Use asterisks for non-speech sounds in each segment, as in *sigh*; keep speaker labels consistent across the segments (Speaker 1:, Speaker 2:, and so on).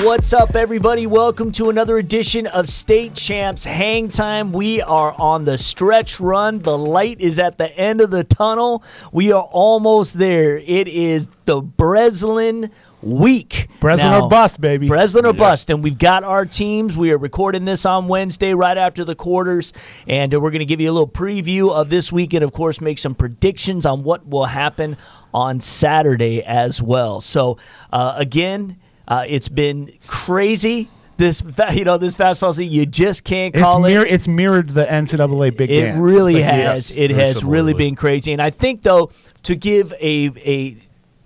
Speaker 1: What's up, everybody? Welcome to another edition of State Champs Hang Time. We are on the stretch run. The light is at the end of the tunnel. We are almost there. It is the Breslin week.
Speaker 2: Breslin
Speaker 1: Now,
Speaker 2: or bust, baby.
Speaker 1: Breslin or bust. And we've got our teams. We are recording this on Wednesday, right after the quarters. And uh, we're going to give you a little preview of this week and, of course, make some predictions on what will happen on Saturday as well. So, uh, again, uh, it's been crazy. This fa- *laughs* you know this fastball season you just can't
Speaker 2: it's,
Speaker 1: call it.
Speaker 2: mirror, it's mirrored the NCAA big
Speaker 1: It
Speaker 2: dance.
Speaker 1: really
Speaker 2: It's like,
Speaker 1: has.
Speaker 2: yes.
Speaker 1: it
Speaker 3: very
Speaker 1: has really
Speaker 3: similarly.
Speaker 1: been crazy. And I think though to give a a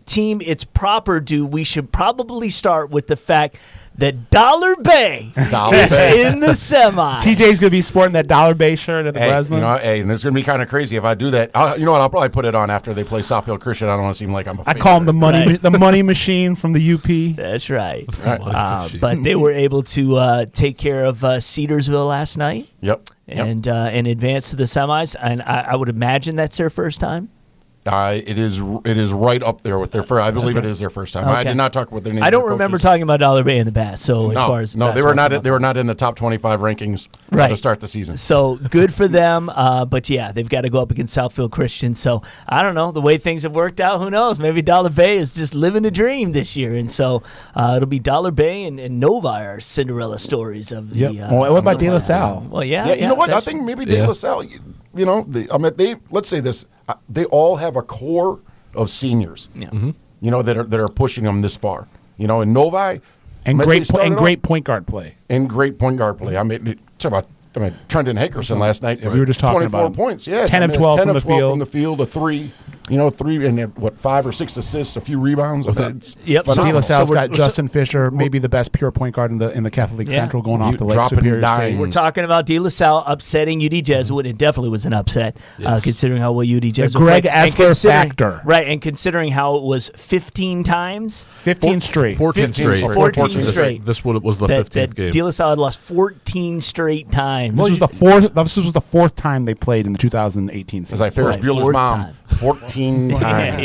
Speaker 1: team its proper due, we should probably start with the fact that Dollar Bay
Speaker 3: *laughs* Dollar
Speaker 1: is
Speaker 3: Bay.
Speaker 1: in the semi.
Speaker 2: TJ's gonna be sporting that dollar bay shirt at the
Speaker 3: Hey, you
Speaker 2: Breslin.
Speaker 3: know, hey, and it's going to be kind of crazy if I do that. I'll, you know what? I'll probably put it on after they play Southfield Christian. I don't want to seem like I'm. A
Speaker 2: I call him the money,
Speaker 1: Right.
Speaker 2: the money machine from the UP.
Speaker 1: That's
Speaker 3: *laughs*
Speaker 1: right.
Speaker 3: Right.
Speaker 1: Uh, but they were able to uh, take care of uh, Cedarsville last night
Speaker 3: Yep. Yep.
Speaker 1: and uh, and advance to the semis. And I, I would imagine that's their first time.
Speaker 3: Uh, it is. It is right up there with their first. I believe it is their first time. I
Speaker 1: Okay.
Speaker 3: did not talk about their name.
Speaker 1: I
Speaker 3: of their
Speaker 1: don't remember
Speaker 3: coaches.
Speaker 1: talking about Dollar Bay in the past. So as
Speaker 3: No,
Speaker 1: far as
Speaker 3: no, they
Speaker 1: basketball
Speaker 3: were not.
Speaker 1: semis.
Speaker 3: They were not in the top twenty-five rankings uh,
Speaker 1: Right.
Speaker 3: to start the season.
Speaker 1: So good for them. Uh, but yeah, they've got to go up against Southfield Christian. So I don't know. The way things have worked out, who knows? Maybe Dollar Bay is just living the dream this year. And so uh, it'll be Dollar Bay and, and Novi are Cinderella stories of the.
Speaker 2: Yep.
Speaker 1: Uh,
Speaker 2: well, what about De La
Speaker 1: uh,
Speaker 2: Salle?
Speaker 1: well, yeah.
Speaker 3: yeah, you know what? I
Speaker 1: that's-
Speaker 3: think maybe
Speaker 4: Yeah.
Speaker 3: De La Salle. You, you know, they, I mean, they. Let's say this: uh, they all have a core of seniors.
Speaker 1: Yeah.
Speaker 3: You know that are that are pushing them this far. You know, in Novi
Speaker 2: And
Speaker 3: maybe they
Speaker 2: great, po-
Speaker 3: started
Speaker 2: and
Speaker 3: off-
Speaker 2: great point guard play.
Speaker 3: and great point guard play. I mean, it- talk about I mean Trenton Hankerson last night.
Speaker 2: we were just talking about him.
Speaker 3: points. Yeah,
Speaker 2: 10
Speaker 3: I
Speaker 2: of
Speaker 3: mean,
Speaker 2: 12
Speaker 3: 10
Speaker 2: from
Speaker 3: of
Speaker 2: the
Speaker 3: 12
Speaker 2: field.
Speaker 3: from the field, a three. You know, three and uh, what five or six assists, a few rebounds. I mean,
Speaker 4: that-
Speaker 3: it's
Speaker 1: Yep.
Speaker 2: So De La
Speaker 3: phenomenal.
Speaker 2: Salle's
Speaker 1: So we're-
Speaker 2: got Justin Fisher, maybe the best pure point guard in the in the Catholic League
Speaker 1: Yeah.
Speaker 2: Central, going
Speaker 3: You
Speaker 2: off the Lake
Speaker 3: dropping
Speaker 2: Superior
Speaker 3: dimes.
Speaker 2: State.
Speaker 1: We're talking about De La Salle upsetting UD Jesuit. It definitely was an upset, uh, considering how well UD Jesuit
Speaker 2: Greg
Speaker 1: played. And
Speaker 2: Esler
Speaker 1: considering-
Speaker 2: factor.
Speaker 1: right? And considering how it was 15 times
Speaker 2: 15th Street.
Speaker 4: 14th
Speaker 3: 15
Speaker 4: straight.
Speaker 3: straight.
Speaker 1: 14
Speaker 4: This-
Speaker 1: straight.
Speaker 4: This one was the
Speaker 1: that,
Speaker 4: 15th
Speaker 1: that
Speaker 4: game.
Speaker 1: De La Salle had lost 14 straight times.
Speaker 2: This was the fourth. This was the fourth time they played in the 2018
Speaker 3: It was
Speaker 2: season.
Speaker 3: like Ferris
Speaker 1: Right,
Speaker 3: Bueller's
Speaker 1: fourth
Speaker 3: mom,
Speaker 1: time.
Speaker 3: *laughs* fourteen times.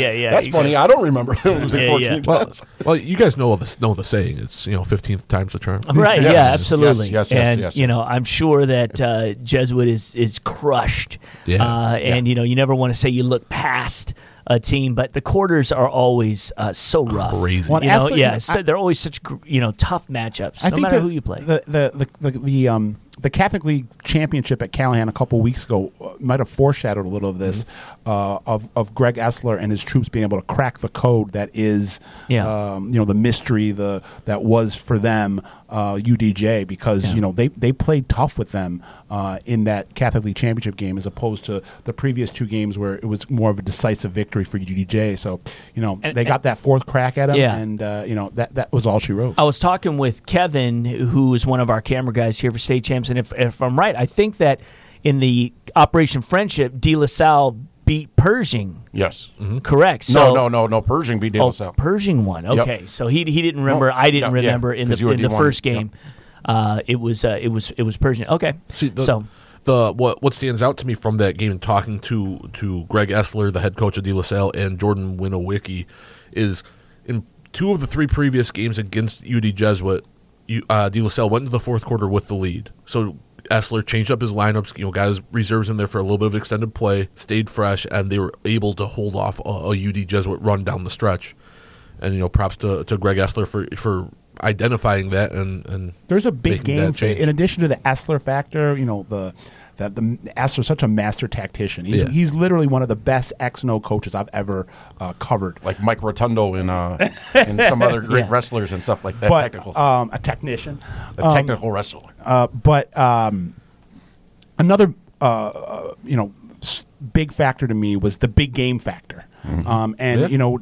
Speaker 1: *laughs* yeah, yeah,
Speaker 3: That's
Speaker 1: you
Speaker 3: funny. I don't remember. it was
Speaker 1: Yeah,
Speaker 3: like
Speaker 1: yeah.
Speaker 3: fourteen *laughs*
Speaker 4: well,
Speaker 3: times.
Speaker 4: well, you guys know all this, know the saying. It's you know, fifteenth times the charm.
Speaker 1: Right.
Speaker 3: Yes,
Speaker 1: Yeah.
Speaker 3: yes,
Speaker 1: Absolutely.
Speaker 3: yes, yes,
Speaker 1: and
Speaker 3: yes,
Speaker 1: you know,
Speaker 3: yes.
Speaker 1: I'm sure that uh, Jesuit is is crushed.
Speaker 4: Yeah,
Speaker 1: Uh, and you know, you never want to say you look past a team, but the quarters are always uh, so rough.
Speaker 4: Crazy.
Speaker 2: Well,
Speaker 1: You know,
Speaker 2: Esler-
Speaker 1: yeah, so they're always such gr- you know tough matchups, no matter
Speaker 2: the-
Speaker 1: who you play.
Speaker 2: The the the, the, the um the Catholic League championship at Callahan a couple weeks ago uh, might have foreshadowed a little of this,
Speaker 1: Mm-hmm.
Speaker 2: uh, of of Greg Essler and his troops being able to crack the code that is,
Speaker 1: Yeah.
Speaker 2: um, you know, the mystery the that was for them uh, UDJ because you know they they played tough with them uh, in that Catholic League championship game as opposed to the previous two games where it was more of a decisive victory for UDJ. So you know
Speaker 1: And-
Speaker 2: they got that fourth crack at him,
Speaker 1: Yeah.
Speaker 2: and uh, you know that that was all she wrote.
Speaker 1: I was talking with Kevin, who is one of our camera guys here for State Champs, and if, if I'm right, I think that in the Operation Friendship, De La Salle beat Pershing.
Speaker 3: Yes.
Speaker 1: Correct.
Speaker 3: Mm-hmm. No,
Speaker 1: mm-hmm. So
Speaker 3: no, no, no. Pershing beat De La
Speaker 1: Oh,
Speaker 3: Salle.
Speaker 1: Pershing won.
Speaker 3: Yep.
Speaker 1: Okay, so he he didn't remember.
Speaker 3: No,
Speaker 1: I didn't
Speaker 3: yeah, yeah,
Speaker 1: remember in the
Speaker 3: 'cause you were
Speaker 1: in the
Speaker 3: D1,
Speaker 1: first
Speaker 3: yeah.
Speaker 1: game. Uh, it was uh, it was it was Pershing. Okay,
Speaker 4: See, the,
Speaker 1: so
Speaker 4: the what what stands out to me from that game and talking to to Greg Essler, the head coach of De La Salle, and Jordan Winowicki, is in two of the three previous games against UD Jesuit, you, uh, De La Salle went into the fourth quarter with the lead. So Essler changed up his lineups. You know, guys reserves in there for a little bit of extended play, stayed fresh, and they were able to hold off a, a UD Jesuit run down the stretch. And you know, props to, to Greg Essler for for identifying that and and
Speaker 2: There's a big
Speaker 4: making that
Speaker 2: game. fa-
Speaker 4: change.
Speaker 2: In addition to the Essler factor, you know the that the Essler's such a master tactician. He's,
Speaker 4: Yeah.
Speaker 2: he's literally one of the best X and O coaches I've ever uh, covered.
Speaker 3: Like Mike Rotundo and uh, and
Speaker 1: *laughs*
Speaker 3: some other great
Speaker 1: Yeah.
Speaker 3: wrestlers and stuff like that.
Speaker 2: But
Speaker 3: technical,
Speaker 2: um, a technician.
Speaker 3: a technical wrestler.
Speaker 2: Uh, but um, another uh, uh, you know s- big factor to me was the big game factor, um, and
Speaker 4: Yeah.
Speaker 2: you know.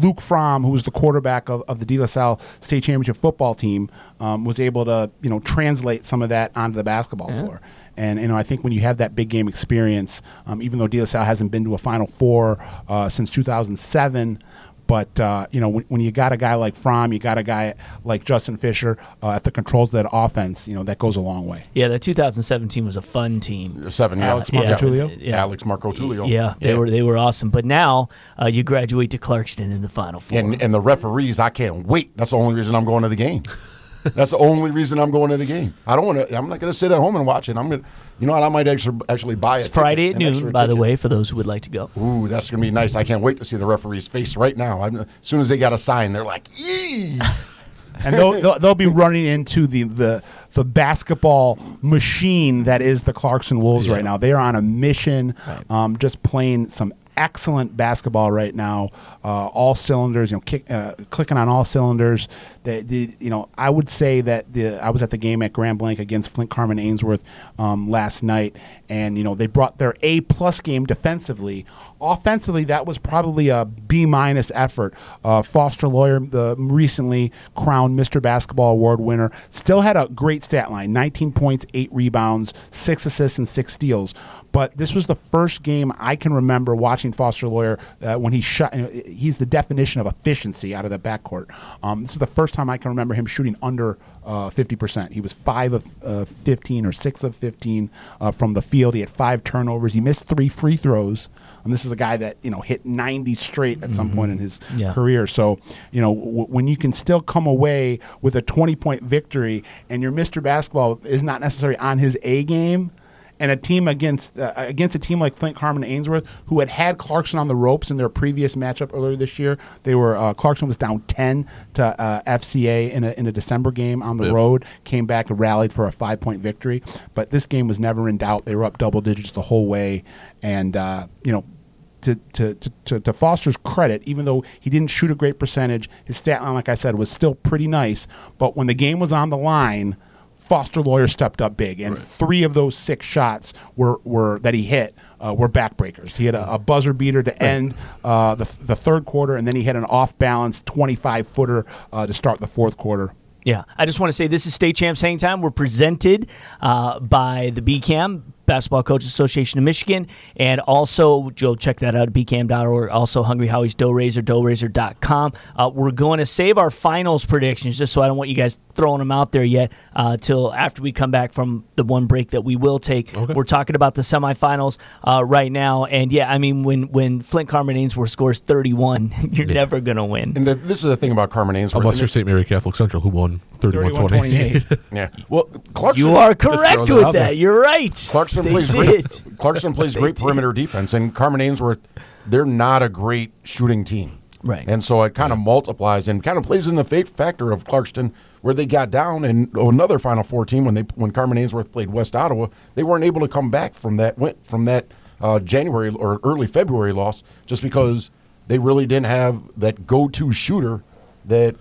Speaker 2: Luke Fromm, who was the quarterback of, of the De La Salle State Championship football team, um, was able to you know translate some of that onto the basketball floor. And you know, I think when you have that big game experience, um, even though De La Salle hasn't been to a Final Four uh, since 2007, but uh, you know, when, when you got a guy like Fromm, you got a guy like Justin Fisher uh, at the controls of that offense. You know, that goes a long way.
Speaker 1: yeah, that 2017 was a fun team.
Speaker 3: Seven. yeah.
Speaker 2: Alex
Speaker 3: Yeah.
Speaker 2: Marcotulio?
Speaker 1: Yeah.
Speaker 3: Alex Marco Tulio.
Speaker 1: Yeah, they were they were awesome. But now uh, you graduate to Clarkston in the Final Four.
Speaker 3: And, and the referees, I can't wait. That's the only reason I'm going to the game. That's the only reason I'm going to the game. I don't want to. I'm not going to sit at home and watch it. I'm going. to You know what? I might actually actually buy it.
Speaker 1: It's Friday at noon, by the way, for those who would like to go.
Speaker 3: Ooh, that's going to be nice. I can't wait to see the referee's face right now. I'm, as soon as they got a sign, they're like, "Yee!"
Speaker 2: and they'll, they'll, they'll be running into the, the the basketball machine that is the Clarkson Wolves right now. They are on a mission, um, just playing some excellent basketball right now. Uh, all cylinders, you know, kick, uh, clicking on all cylinders. They, the, you know, I would say that the I was at the game at Grand Blanc against Flint Carmen Ainsworth um, last night, and you know they brought their A plus game defensively. Offensively, that was probably a B minus effort. Uh, Foster Lawyer, the recently crowned Mr. Basketball Award winner, still had a great stat line 19 points, 8 rebounds, 6 assists, and 6 steals. But this was the first game I can remember watching Foster Lawyer uh, when he shot. He's the definition of efficiency out of the backcourt. Um, this is the first time I can remember him shooting under uh, 50%. He was 5 of uh, 15 or 6 of 15 uh, from the field. He had five turnovers. He missed three free throws. And this is a guy that, you know, hit 90 straight at some point in his
Speaker 1: Yeah.
Speaker 2: career. So, you know, w- when you can still come away with a 20 point victory and your Mr. Basketball is not necessarily on his A game. And a team against uh, against a team like Flint Carmen Ainsworth, who had had Clarkson on the ropes in their previous matchup earlier this year, they were uh, Clarkson was down ten to uh, FCA in a, in a December game on the
Speaker 4: Yep.
Speaker 2: road, came back and rallied for a five point victory. But this game was never in doubt; they were up double digits the whole way, and uh, you know to, to, to- to, to Foster's credit, even though he didn't shoot a great percentage, his stat line, like I said, was still pretty nice. But when the game was on the line, Foster Lawyer stepped up big, and three of those six shots were, were that he hit uh, were backbreakers. He had a, a buzzer beater to end uh, the, the third quarter, and then he had an off balance 25 footer uh, to start the fourth quarter.
Speaker 1: Yeah, I just want to say this is State Champs Hang Time. We're presented uh, by the BCAM, Basketball Coaches Association of Michigan, and also Joe, check that out at bcam.org. Also, Hungry Howie's Dough Razor, doughrazor.com. Uh, we're going to save our finals predictions just so I don't want you guys throwing them out there yet uh, till after we come back from the one break that we will take. We're talking about the semifinals uh, right now, and yeah, I mean when when Flint Carmen Ainsworth scores thirty one, *laughs* you're never going to win.
Speaker 3: And the, this is the thing about Carmen Ainsworth.
Speaker 4: Unless you're St. Mary Catholic Central, who won 31 28. *laughs*
Speaker 2: 31-28.
Speaker 3: yeah. Well, Clarkson.
Speaker 1: You are
Speaker 4: throwing
Speaker 1: correct
Speaker 4: it
Speaker 1: with that.
Speaker 4: out there.
Speaker 1: You're right.
Speaker 3: Clarkson
Speaker 1: They
Speaker 3: plays
Speaker 1: did.
Speaker 3: great.
Speaker 1: *laughs*
Speaker 3: *laughs* Clarkson plays great perimeter defense, and Carmen Ainsworth, they're not a great shooting team,
Speaker 1: Right.
Speaker 3: And so it kind of multiplies and kind of plays in the fa- factor of Clarkston, where they got down, and another Final Four team when they when Carmen Ainsworth played West Ottawa, they weren't able to come back from that went from that uh, January or early February loss just because they really didn't have that go-to shooter that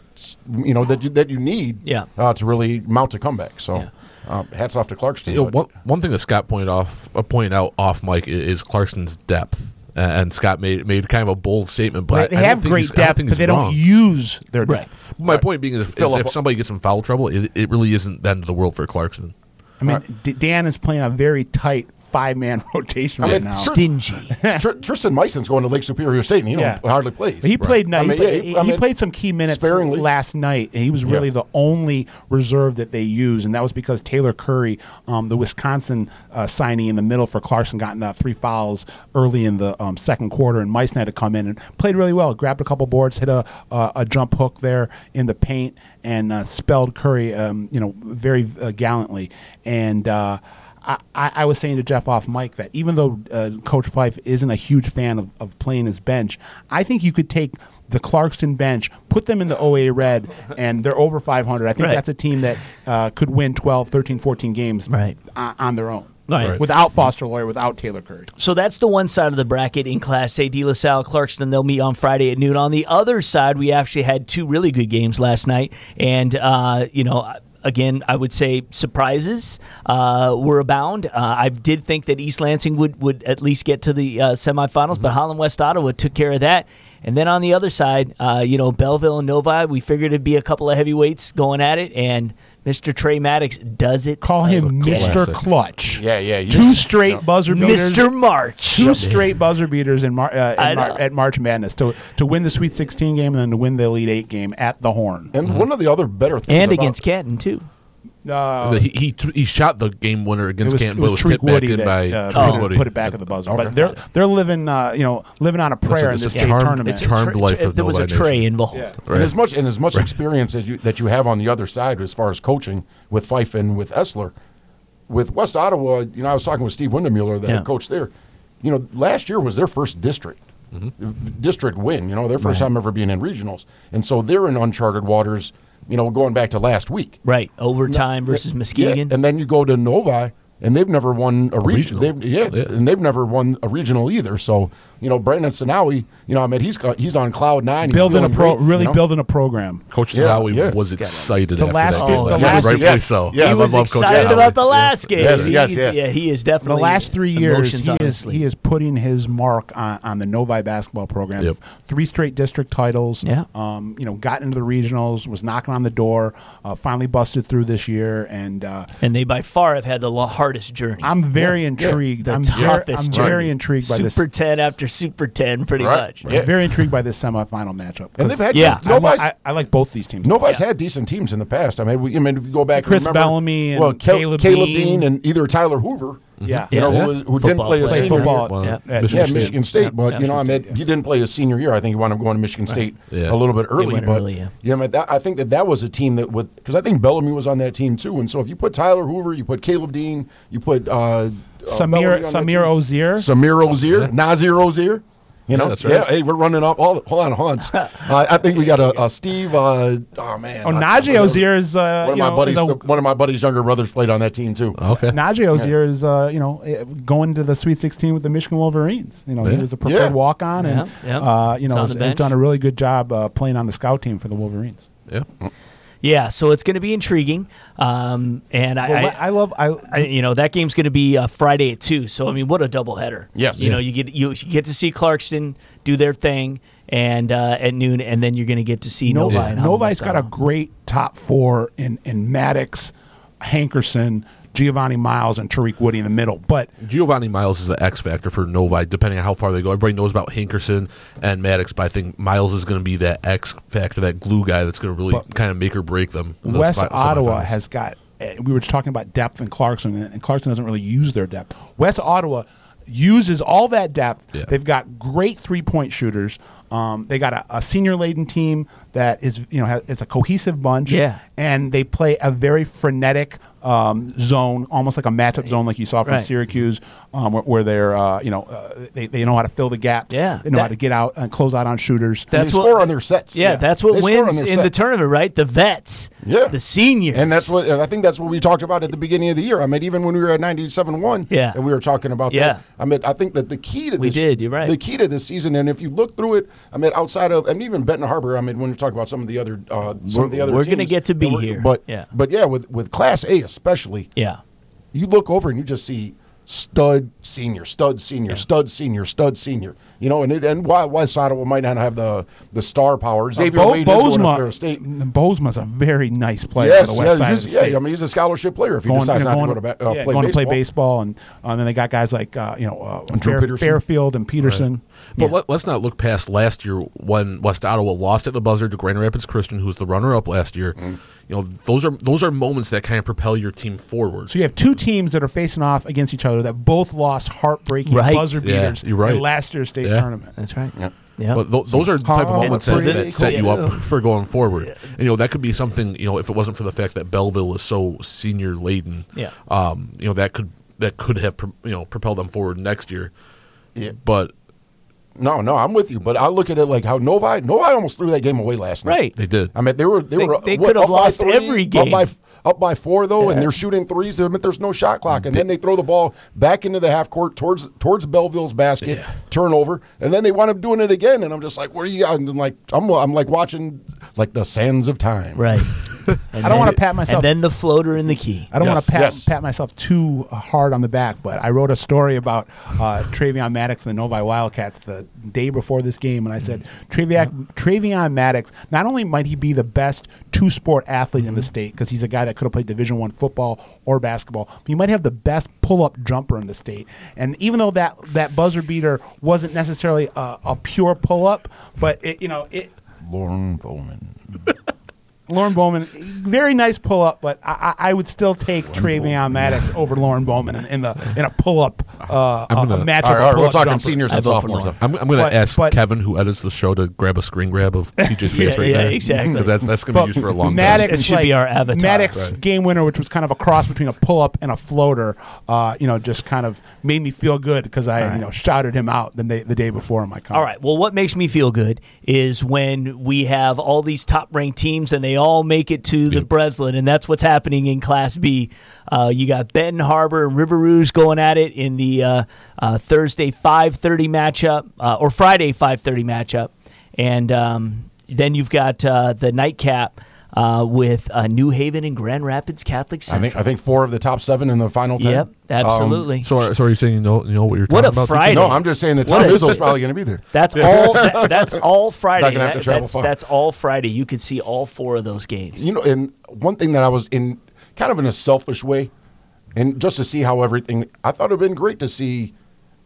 Speaker 3: you know that you, that you need
Speaker 1: Yeah.
Speaker 3: uh, to really mount a comeback. So.
Speaker 1: Yeah.
Speaker 3: Uh, hats off to Clarkston.
Speaker 4: You know,
Speaker 3: but-
Speaker 4: one, one thing that Scott pointed off uh, pointed out off Mike is, is Clarkson's depth, Uh, and Scott made made kind of a bold statement. But
Speaker 2: they
Speaker 4: I don't
Speaker 2: have
Speaker 4: think
Speaker 2: great
Speaker 4: he's- I don't
Speaker 2: depth,
Speaker 4: think
Speaker 2: but
Speaker 4: he's
Speaker 2: they
Speaker 4: wrong.
Speaker 2: don't use their
Speaker 1: Right.
Speaker 2: depth.
Speaker 4: My point being is, if,
Speaker 3: Fill
Speaker 4: is
Speaker 3: up-
Speaker 4: if somebody gets in foul trouble, it, it really isn't the end of the world for Clarkson.
Speaker 2: I
Speaker 4: Uh,
Speaker 2: mean, D- Dan is playing a very tight five man *laughs* rotation
Speaker 3: I
Speaker 2: right
Speaker 3: mean,
Speaker 2: now.
Speaker 3: sure.
Speaker 1: Stingy.
Speaker 2: *laughs*
Speaker 3: Tr- Tristan Mason's going to Lake Superior State, and he
Speaker 2: Yeah.
Speaker 3: don't hardly plays.
Speaker 2: But He played night.
Speaker 3: I mean,
Speaker 2: he,
Speaker 3: yeah,
Speaker 2: played, he
Speaker 3: I mean,
Speaker 2: played some key minutes
Speaker 3: sparingly.
Speaker 2: last night, and he was really
Speaker 3: Yeah.
Speaker 2: the only reserve that they used, and that was because Taylor Curry, um, the Wisconsin uh, signee in the middle for Clarkson, gotten uh, three fouls early in the um, second quarter, and Meissen had to come in and played really well. Grabbed a couple boards, hit a uh, a jump hook there in the paint, and uh, spelled Curry, um, you know, very uh, gallantly, and. Uh, I, I I was saying to Jeff off mic that even though uh, Coach Fife isn't a huge fan of, of playing his bench, I think you could take the Clarkston bench, put them in the OA Red, and they're over 500. I think
Speaker 1: Right.
Speaker 2: that's a team that uh, could win 12, 13, 14 games
Speaker 1: Right.
Speaker 2: o- on their own.
Speaker 1: Right. Right.
Speaker 2: Without Foster Lawyer, without Taylor Curry.
Speaker 1: So that's the one side of the bracket in Class A. De La Salle, Clarkston, they'll meet on Friday at noon. On the other side, we actually had two really good games last night. And, uh, you know, again, I would say surprises uh, were abound. Uh, I did think that East Lansing would, would at least get to the uh, semifinals, but Holland West Ottawa took care of that. And then on the other side, uh, you know, Belleville and Novi, we figured it'd be a couple of heavyweights going at it. And Mr. Trey Maddox does it.
Speaker 2: Call him
Speaker 4: That's a
Speaker 2: Mr.
Speaker 4: classic.
Speaker 2: Clutch.
Speaker 3: Yeah, yeah, you
Speaker 2: Two
Speaker 3: just-
Speaker 2: straight buzzer beaters.
Speaker 1: Mr. March.
Speaker 2: Two straight buzzer beaters in, Mar- uh,
Speaker 1: I
Speaker 2: in Mar-
Speaker 1: know.
Speaker 2: at March Madness to, to win the Sweet 16 game and then to win the Elite Eight game at the Horn.
Speaker 3: and one of the other better things
Speaker 1: And
Speaker 3: about-
Speaker 1: against Canton, too.
Speaker 2: Uh,
Speaker 4: he, he he shot the game winner
Speaker 2: it
Speaker 4: against
Speaker 2: was,
Speaker 4: Canton,
Speaker 2: it
Speaker 4: but
Speaker 2: was
Speaker 4: it was
Speaker 2: Tariq
Speaker 4: tipped back
Speaker 2: Woody
Speaker 4: in
Speaker 2: that
Speaker 4: by
Speaker 2: uh,
Speaker 4: Tariq
Speaker 2: put, it,
Speaker 4: Woody.
Speaker 2: put it back at the buzzer.
Speaker 3: Okay.
Speaker 2: But they're they're living, uh, you know, living on a prayer
Speaker 4: it's
Speaker 2: in this
Speaker 4: a
Speaker 2: state
Speaker 4: charmed-
Speaker 2: tournament.
Speaker 4: it's a charmed
Speaker 1: tr-
Speaker 4: life of
Speaker 1: there was a
Speaker 4: Novi
Speaker 1: tray
Speaker 4: Nation.
Speaker 1: involved.
Speaker 2: Yeah.
Speaker 4: Right.
Speaker 3: And as much and as much experience as you that you have on the other side, as far as coaching with Fife and with Essler, with West Ottawa, you know, I was talking with Steve Windermuller, the
Speaker 1: Yeah.
Speaker 3: head coach there. You know, last year was their first district
Speaker 2: Mm-hmm.
Speaker 3: district win. You know, their first time ever being in regionals, and so they're in uncharted waters. You know, going back to last week,
Speaker 1: Right. Overtime versus Muskegon.
Speaker 3: Yeah, and then you go to Novi, and they've never won a, regional.
Speaker 4: regional.
Speaker 3: They've, yeah,
Speaker 4: Yeah.
Speaker 3: and they've never won a regional either. So you know, Brandon Sanawi, you know, I mean, he's he's on cloud nine, He's
Speaker 2: building a
Speaker 3: feeling
Speaker 2: pro,
Speaker 3: great, you
Speaker 2: really
Speaker 3: know?
Speaker 2: building a program.
Speaker 4: Coach
Speaker 3: Yeah,
Speaker 4: Zahawi
Speaker 3: yeah.
Speaker 4: was excited
Speaker 2: The
Speaker 4: after
Speaker 2: last game-
Speaker 4: that game.
Speaker 2: the
Speaker 4: last,
Speaker 1: last-
Speaker 4: rightfully
Speaker 5: yes,
Speaker 4: so.
Speaker 5: yes.
Speaker 4: I
Speaker 1: he
Speaker 5: I
Speaker 1: was
Speaker 4: love Coach
Speaker 1: excited
Speaker 4: Zahawi.
Speaker 1: about the last game.
Speaker 5: Yes, yes,
Speaker 1: He's-
Speaker 5: yes.
Speaker 1: Yeah, he is definitely
Speaker 2: the last three years,
Speaker 1: emotions
Speaker 2: he
Speaker 1: on his
Speaker 2: is
Speaker 1: sleeve.
Speaker 2: he is putting his mark on, on the Novi basketball program.
Speaker 4: Yep.
Speaker 2: Three straight district titles.
Speaker 1: Yeah.
Speaker 2: um, you know, got into the regionals, was knocking on the door, uh, finally busted through this year, and uh,
Speaker 1: and they by far have had the lo- hardest journey.
Speaker 2: I'm very intrigued.
Speaker 1: the
Speaker 2: I'm, ver-
Speaker 1: toughest.
Speaker 2: I'm very
Speaker 1: journey.
Speaker 2: intrigued by
Speaker 1: Super
Speaker 2: this.
Speaker 1: ten after Super ten, pretty
Speaker 3: Right.
Speaker 1: much.
Speaker 3: Yeah.
Speaker 2: I'm very intrigued by this semifinal matchup.
Speaker 3: And they've had uh,
Speaker 1: Yeah.
Speaker 3: yeah.
Speaker 2: I, li-
Speaker 3: Nobody's,
Speaker 2: I, I like both these teams.
Speaker 3: nobody's had decent teams in the past. I mean, we, I mean, if you go back,
Speaker 2: Chris
Speaker 3: remember,
Speaker 2: Bellamy and
Speaker 3: well, Cal-
Speaker 2: Caleb Bean.
Speaker 3: Bean and either Tyler Hoover,
Speaker 2: Yeah.
Speaker 3: you know,
Speaker 1: Mm-hmm. Yeah.
Speaker 3: who, was, who didn't
Speaker 1: Football
Speaker 3: play a
Speaker 1: player.
Speaker 2: Play
Speaker 3: senior
Speaker 2: football
Speaker 3: year.
Speaker 4: Well,
Speaker 1: Yeah.
Speaker 2: at Michigan
Speaker 3: Yeah,
Speaker 2: State.
Speaker 3: Michigan State, but
Speaker 1: Yeah,
Speaker 3: you know, I mean,
Speaker 2: Michigan State,
Speaker 3: he didn't play a senior year. I think he wound up going to Michigan State
Speaker 4: Yeah.
Speaker 3: a little bit early.
Speaker 1: went
Speaker 3: But
Speaker 1: early, yeah.
Speaker 3: I mean, that, I think that that was a team that with because I think Bellamy was on that team too. And so if you put Tyler Hoover, you put Caleb Dean, you put uh, uh,
Speaker 2: Samir
Speaker 3: Bellamy on that team.
Speaker 2: Samir Ozier.
Speaker 3: Samir Ozier, Nazir Ozier. You know, yeah,
Speaker 4: that's right.
Speaker 3: hey, we're running up all. Hold on, hold on.
Speaker 2: *laughs*
Speaker 3: Uh, I think we got a, a Steve. Uh, oh man,
Speaker 2: oh,
Speaker 3: I-
Speaker 2: Najee
Speaker 3: I-
Speaker 2: Ozier is uh,
Speaker 3: One of
Speaker 2: you
Speaker 3: my
Speaker 2: know,
Speaker 3: buddies,
Speaker 2: is a-
Speaker 3: one of my buddies' younger brothers played on that team too.
Speaker 2: *laughs*
Speaker 4: Okay.
Speaker 2: Najee Ozier is, uh, you know, eh, going to the Sweet 16 with the Michigan Wolverines. You know, he
Speaker 4: Yeah.
Speaker 2: was a preferred
Speaker 3: Yeah.
Speaker 2: walk-on, and
Speaker 1: Yeah, yeah.
Speaker 2: Uh, you know,
Speaker 1: It's on
Speaker 2: has,
Speaker 1: the
Speaker 2: has
Speaker 1: bench.
Speaker 2: done a really good job uh, playing on the scout team for the Wolverines.
Speaker 4: Yeah.
Speaker 1: Yeah, so it's going to be intriguing, um, and I,
Speaker 2: Well,
Speaker 1: I-
Speaker 2: I, I love. I,
Speaker 1: I, you know that game's going to be uh, Friday at two. So I mean, what a doubleheader!
Speaker 3: Yes.
Speaker 1: you know you get you, you get to see Clarkston do their thing and uh, at noon, and then you're going to get to see
Speaker 2: Novi,
Speaker 1: Novi.
Speaker 2: yeah.
Speaker 1: and Humble
Speaker 2: Novi's got a
Speaker 1: Mustang.
Speaker 2: great top four in in Maddox, Hankerson, Giovanni Miles, and Tariq Woody in the middle. But
Speaker 4: Giovanni Miles is the X factor for Novi, depending on how far they go. Everybody knows about Hinkerson and Maddox, but I think Miles is going to be that X factor, that glue guy that's going to really kind of make or break them. in those
Speaker 2: West
Speaker 4: fi-
Speaker 2: Ottawa
Speaker 4: semifinals.
Speaker 2: has got. eh, We were just talking about depth and Clarkson, and Clarkson doesn't really use their depth. West Ottawa uses all that depth.
Speaker 4: Yeah.
Speaker 2: They've got great three point shooters. Um, they got a, a senior laden team that is you know has, it's a cohesive bunch.
Speaker 1: Yeah.
Speaker 2: and they play a very frenetic. Um, zone, almost like a matchup zone, like you saw from
Speaker 1: Right.
Speaker 2: Syracuse, um, where, where they're, uh, you know, uh, they, they know how to fill the gaps.
Speaker 1: Yeah.
Speaker 2: they know how
Speaker 1: That-
Speaker 2: to get out and close out on shooters.
Speaker 1: That's
Speaker 3: they
Speaker 1: what-
Speaker 3: score on their sets.
Speaker 1: yeah, That's what
Speaker 3: They score on
Speaker 1: wins
Speaker 3: their
Speaker 1: in the
Speaker 3: sets.
Speaker 1: tournament, right? The vets,
Speaker 3: Yeah.
Speaker 1: the seniors,
Speaker 3: And that's what, and I think that's what we talked about at the beginning of the year. I mean, even when we were at ninety-seven one,
Speaker 1: Yeah.
Speaker 3: and we were talking about
Speaker 1: Yeah.
Speaker 3: that. I mean, I think that the key to this,
Speaker 1: We did, you're right.
Speaker 3: The key to this season, and if you look through it, I mean, outside of, I mean, even Benton Harbor. I mean, when you talk about some of the other, uh, some of the other,
Speaker 1: we're gonna
Speaker 3: teams,
Speaker 1: get to be
Speaker 3: and we're-
Speaker 1: here.
Speaker 3: but
Speaker 1: Yeah.
Speaker 3: but yeah, with with Class A especially,
Speaker 1: yeah,
Speaker 3: you look over and you just see stud senior, stud senior, stud senior, stud senior. You know, and it, and why West Ottawa might not have the the star power. Xavier
Speaker 2: Bo-
Speaker 3: Wade is going to
Speaker 2: Bozma-
Speaker 3: Ferris State.
Speaker 2: Bozma's a very nice player
Speaker 3: Yes,
Speaker 2: on the west
Speaker 3: yeah,
Speaker 2: side of
Speaker 3: he's-
Speaker 2: the
Speaker 3: yeah,
Speaker 2: state.
Speaker 3: I mean, he's a scholarship player if he
Speaker 2: you
Speaker 3: decides
Speaker 2: know,
Speaker 3: not
Speaker 2: going-
Speaker 3: to go to, ba- uh,
Speaker 2: yeah,
Speaker 3: play,
Speaker 2: going
Speaker 3: baseball.
Speaker 2: to play baseball, and, uh, and then they got guys like uh, you know uh,
Speaker 3: Drew
Speaker 2: Fair-
Speaker 3: Peterson.
Speaker 2: Fairfield and Peterson.
Speaker 4: But let, us not look past last year when West Ottawa lost at the buzzer to Grand Rapids Christian, who was the runner-up last year.
Speaker 2: Mm-hmm.
Speaker 4: You know, those are those are moments that kind of propel your team forward.
Speaker 2: So you have two teams that are facing off against each other that both lost heartbreaking
Speaker 1: Right.
Speaker 2: buzzer
Speaker 4: Yeah,
Speaker 2: beaters
Speaker 4: you're right.
Speaker 2: in last year's state
Speaker 4: Yeah.
Speaker 2: tournament.
Speaker 1: that's right. Yeah,
Speaker 4: But th- those are the type of
Speaker 3: Oh,
Speaker 4: moments that,
Speaker 3: pretty
Speaker 4: that set you
Speaker 3: cool.
Speaker 4: up for going forward. And, you know, that could be something, you know, if it wasn't for the fact that Belleville is so senior laden,
Speaker 1: Yeah.
Speaker 4: um, you know, that could that could have, pro- you know, propelled them forward next year.
Speaker 3: Yeah.
Speaker 4: But
Speaker 3: No, no, I'm with you, but I look at it like how Novi, Novi almost threw that game away last night.
Speaker 1: Right.
Speaker 4: they did.
Speaker 3: I mean, they were they,
Speaker 1: They-
Speaker 3: were
Speaker 1: they
Speaker 3: what,
Speaker 1: could have
Speaker 3: up by
Speaker 1: lost
Speaker 3: three,
Speaker 1: every
Speaker 3: up by,
Speaker 1: game.
Speaker 3: up by four though,
Speaker 1: Yeah.
Speaker 3: and they're shooting threes. I mean, there's no shot clock, and then they throw the ball back into the half court towards towards Belleville's basket, turnover, and then they wind up doing it again. And I'm just like, where are you? And I'm like, I'm I'm like watching like the sands of time.
Speaker 1: right. And
Speaker 2: don't
Speaker 1: then-
Speaker 2: wanna pat myself-
Speaker 1: And then the floater in the key.
Speaker 2: I don't
Speaker 3: Yes,
Speaker 2: want to pat,
Speaker 3: yes.
Speaker 2: pat myself too hard on the back, but I wrote a story about uh, Travion Maddox and the Novi Wildcats the day before this game, and I said
Speaker 3: Mm-hmm.
Speaker 2: Travion, Travion Maddox. Not only might he be the best two-sport athlete
Speaker 3: Mm-hmm.
Speaker 2: in the state because he's a guy that could have played Division One football or basketball, but he might have the best pull-up jumper in the state. And even though that that buzzer beater wasn't necessarily a, a pure pull-up, but it, you know it.
Speaker 3: Lauren Bowman.
Speaker 2: Lauren Bowman, very nice pull up, but I, I I would still take Travion Maddox over Lauren Bowman in, in the in a pull up uh, a- a
Speaker 4: gonna-
Speaker 2: matchup.
Speaker 3: All right, all right,
Speaker 2: pull
Speaker 3: we're
Speaker 2: up
Speaker 3: talking
Speaker 2: jumper.
Speaker 3: seniors
Speaker 1: I
Speaker 3: and
Speaker 1: vote for
Speaker 3: sophomores.
Speaker 1: Lauren.
Speaker 4: I'm, I'm going
Speaker 2: But-
Speaker 4: to ask
Speaker 2: but-
Speaker 4: Kevin, who edits the show, to grab a screen grab of TJ's face
Speaker 1: Yeah,
Speaker 4: right
Speaker 1: yeah,
Speaker 4: there.
Speaker 1: exactly.
Speaker 4: Because that's, that's going to be used for a long time.
Speaker 1: It should be our avatar.
Speaker 2: Maddox
Speaker 4: Right.
Speaker 2: game winner, which was kind of a cross between a pull up and a floater. Uh, you know, just kind of made me feel good because I you know shouted him out the day, the day before in my comment.
Speaker 1: All right. Well, what makes me feel good is when we have all these top ranked teams and they all make it to the Breslin, and that's what's happening in Class B. Uh, you got Benton Harbor and River Rouge going at it in the uh, uh, Thursday 5:30 matchup uh, or Friday 5:30 matchup, and um, then you've got uh, the nightcap uh, with uh, New Haven and Grand Rapids Catholic
Speaker 3: I
Speaker 1: Central.
Speaker 3: think I think four of the top seven in the final ten.
Speaker 1: Yep,
Speaker 3: Um,
Speaker 1: absolutely.
Speaker 4: So, are, so are you saying you know, you know what you're
Speaker 1: What
Speaker 4: talking
Speaker 1: a
Speaker 4: about?
Speaker 1: Friday.
Speaker 3: no, I'm just saying that Tom
Speaker 1: What a-
Speaker 3: Izzo's probably going to be there. *laughs*
Speaker 1: That's all. That, that's all Friday.
Speaker 3: gonna have
Speaker 1: That-
Speaker 3: to travel
Speaker 1: that's,
Speaker 3: far.
Speaker 1: that's all Friday. You could see all four of those games.
Speaker 3: You know, and one thing that I was in kind of in a selfish way, and just to see how everything, I thought it'd been great to see,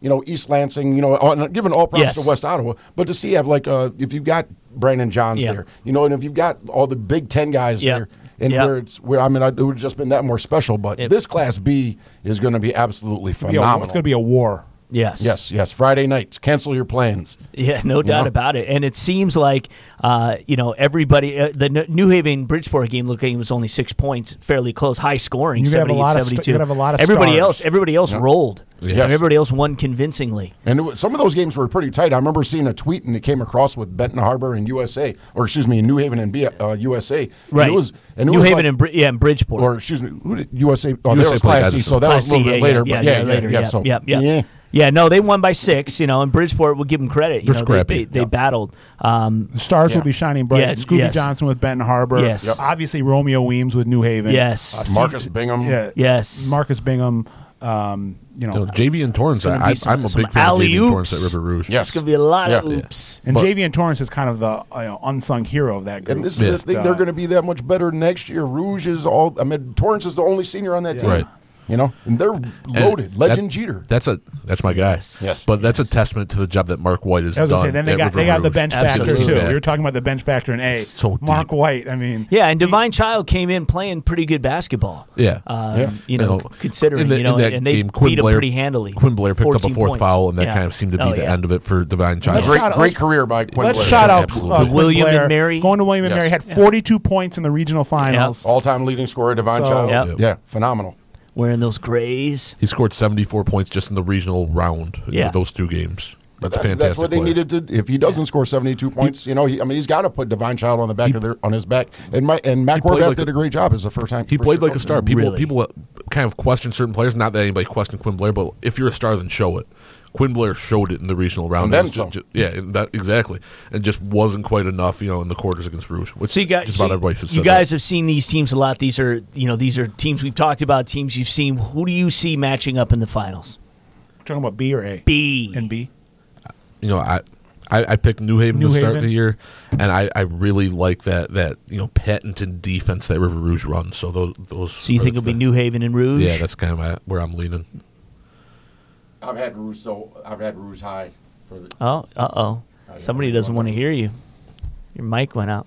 Speaker 3: you know, East Lansing, you know, on- given all props
Speaker 1: Yes.
Speaker 3: to West Ottawa, but to see have like uh, if you've got Brandon Johns
Speaker 1: Yeah.
Speaker 3: there, you know, and if you've got all the Big Ten guys
Speaker 1: Yeah.
Speaker 3: there, and
Speaker 1: Yeah.
Speaker 3: where it's where I mean, I, it would have just been that more special. But
Speaker 1: It-
Speaker 3: this Class B is going to be absolutely
Speaker 2: It's gonna be a-
Speaker 3: phenomenal.
Speaker 2: it's going to be a war.
Speaker 1: Yes.
Speaker 3: yes, yes, Friday nights, cancel your plans.
Speaker 1: Yeah, no doubt
Speaker 3: know?
Speaker 1: about it. And it seems like, uh, you know, everybody, uh, the N- New Haven Bridgeport game looked like it was only six points, fairly close, high scoring,
Speaker 2: You're gonna have a
Speaker 1: 70
Speaker 2: lot of st-
Speaker 1: 72.
Speaker 2: you're gonna have a lot of
Speaker 1: everybody
Speaker 2: stars.
Speaker 1: else, everybody else rolled.
Speaker 3: Yes.
Speaker 1: And everybody else won convincingly.
Speaker 3: And it was, some of those games were pretty tight. I remember seeing a tweet, and it came across with Benton Harbor and USA, or excuse me, New Haven and B, uh, USA. And
Speaker 1: Right.
Speaker 3: it was and it
Speaker 1: New
Speaker 3: was
Speaker 1: Haven
Speaker 3: like-
Speaker 1: and Brid- yeah, and Bridgeport.
Speaker 3: or excuse me, who did USA. Oh, that
Speaker 4: USA
Speaker 3: was
Speaker 4: played
Speaker 3: Class C,
Speaker 4: Addison.
Speaker 3: so that
Speaker 1: Class
Speaker 3: was a little
Speaker 1: C,
Speaker 3: bit
Speaker 1: yeah,
Speaker 3: later.
Speaker 1: Yeah,
Speaker 3: but
Speaker 1: yeah,
Speaker 3: yeah,
Speaker 1: yeah, later.
Speaker 3: yeah,
Speaker 1: yeah,
Speaker 3: so,
Speaker 1: yeah, yeah.
Speaker 3: yeah.
Speaker 1: Yeah, no, they won by six, you know, and Bridgeport will give them credit. You
Speaker 4: They're
Speaker 1: know, they-
Speaker 4: scrappy.
Speaker 1: They, they battled. Um,
Speaker 2: The stars
Speaker 3: Yeah.
Speaker 2: will be shining bright.
Speaker 1: Yeah,
Speaker 2: Scooby
Speaker 1: yes.
Speaker 2: Johnson with Benton Harbor.
Speaker 1: Yes. Yep.
Speaker 2: Obviously, Romeo Weems with New Haven. Uh,
Speaker 1: Yes.
Speaker 2: C-
Speaker 3: Marcus Bingham.
Speaker 2: Yeah.
Speaker 1: Yes.
Speaker 2: Marcus Bingham. Um, you
Speaker 4: You know,
Speaker 2: know,
Speaker 4: JV and Torrance,
Speaker 1: gonna be
Speaker 4: I,
Speaker 1: some-
Speaker 4: I'm a
Speaker 1: some
Speaker 4: big fan of JV and
Speaker 1: alley-oops.
Speaker 4: Torrance at River Rouge.
Speaker 3: Yes.
Speaker 1: It's going to be a lot of
Speaker 3: Yeah, yeah.
Speaker 1: oops.
Speaker 2: and
Speaker 4: but-
Speaker 2: JV Torrance is kind of the uh, you know, unsung hero of that group.
Speaker 3: And this is the
Speaker 4: Yes.
Speaker 3: thing; they're going to be that much better next year. Rouge is all. I mean, Torrance is the only senior on that team.
Speaker 4: Right.
Speaker 3: You know, and they're
Speaker 4: And
Speaker 3: loaded.
Speaker 4: that-
Speaker 3: Legend Jeter.
Speaker 4: That's a that's my guy.
Speaker 3: Yes.
Speaker 4: But that's a testament to the job that Mark White has
Speaker 2: That was
Speaker 4: done.
Speaker 2: gonna say, then they
Speaker 4: at
Speaker 2: got
Speaker 4: River
Speaker 2: they got the
Speaker 4: Rouge.
Speaker 2: bench
Speaker 1: Absolutely.
Speaker 2: factor too.
Speaker 4: Yeah.
Speaker 2: You were talking about the bench factor in A.
Speaker 4: So
Speaker 2: Mark
Speaker 4: deep.
Speaker 2: White. I mean,
Speaker 1: Yeah, and Divine Child came in playing pretty good basketball.
Speaker 4: Yeah.
Speaker 1: Um,
Speaker 3: Yeah.
Speaker 1: You know, considering,
Speaker 4: in the-
Speaker 1: you know,
Speaker 4: in that
Speaker 1: and they
Speaker 4: game, Quinn
Speaker 1: beat him
Speaker 4: Blair-
Speaker 1: pretty handily.
Speaker 4: Quinn Blair picked up a
Speaker 1: 14
Speaker 4: fourth
Speaker 1: points.
Speaker 4: foul, and that
Speaker 1: Yeah.
Speaker 4: kind of seemed to be
Speaker 1: Oh,
Speaker 4: the
Speaker 1: yeah.
Speaker 4: end of it for Divine Child.
Speaker 2: Let's
Speaker 3: Great,
Speaker 2: shout out-
Speaker 3: great
Speaker 2: let's-
Speaker 3: career by Quinn.
Speaker 2: let's
Speaker 3: Blair.
Speaker 2: shout out
Speaker 4: Absolutely.
Speaker 2: uh,
Speaker 4: The
Speaker 1: William and
Speaker 2: Blair,
Speaker 1: Mary.
Speaker 2: Going to William and
Speaker 3: Yes.
Speaker 2: Mary had 42 points in the regional finals.
Speaker 3: all-time leading scorer, Devon
Speaker 2: So-
Speaker 3: Child.
Speaker 1: Yep.
Speaker 3: Yeah, phenomenal.
Speaker 1: Wearing those grays.
Speaker 4: He scored 74 points just in the regional round. in
Speaker 1: Yeah.
Speaker 4: Those two games. That's a
Speaker 3: That-
Speaker 4: fantastic.
Speaker 3: That's what they
Speaker 4: player.
Speaker 3: needed to. If he doesn't score seventy two points, you know, he, I mean, he's got to put Divine Child on the back of their on his back. And my and Matt
Speaker 4: played
Speaker 3: Horvath
Speaker 4: like
Speaker 3: did
Speaker 4: a-
Speaker 3: a great job as the first time
Speaker 4: He
Speaker 3: first
Speaker 4: played
Speaker 3: year
Speaker 4: like a
Speaker 3: coach.
Speaker 4: star. People
Speaker 1: Really?
Speaker 4: people kind of question certain players. Not that anybody questioned Quinn Blair, but if you're a star, then show it. Quinn Blair showed it in the regional round.
Speaker 3: And then
Speaker 4: It was ju-
Speaker 3: some.
Speaker 4: ju- yeah, and that exactly, and just wasn't quite enough, you know, in the quarters against Rouge. Which
Speaker 1: So you guys,
Speaker 4: just
Speaker 1: so
Speaker 4: about everybody should
Speaker 1: you
Speaker 4: say
Speaker 1: guys
Speaker 4: that.
Speaker 1: have seen these teams a lot. These are, you know, these are teams we've talked about. Teams you've seen. Who do you see matching up in the finals?
Speaker 2: Talking about B or A?
Speaker 1: B.
Speaker 2: and B.
Speaker 4: you know, I. I, I picked New Haven
Speaker 2: New
Speaker 4: to start
Speaker 2: Haven.
Speaker 4: the year, and I, I really like that, that you know patented defense that River Rouge runs. So those, those
Speaker 1: so you
Speaker 4: are
Speaker 1: think
Speaker 4: the
Speaker 1: it'll be
Speaker 4: thing.
Speaker 1: New Haven and Rouge?
Speaker 4: Yeah, that's kind of my, where I'm leaning.
Speaker 3: I've had Ruse so I've had Ruse high for the.
Speaker 1: Oh, uh oh. Somebody doesn't want to hear you. Your mic went out.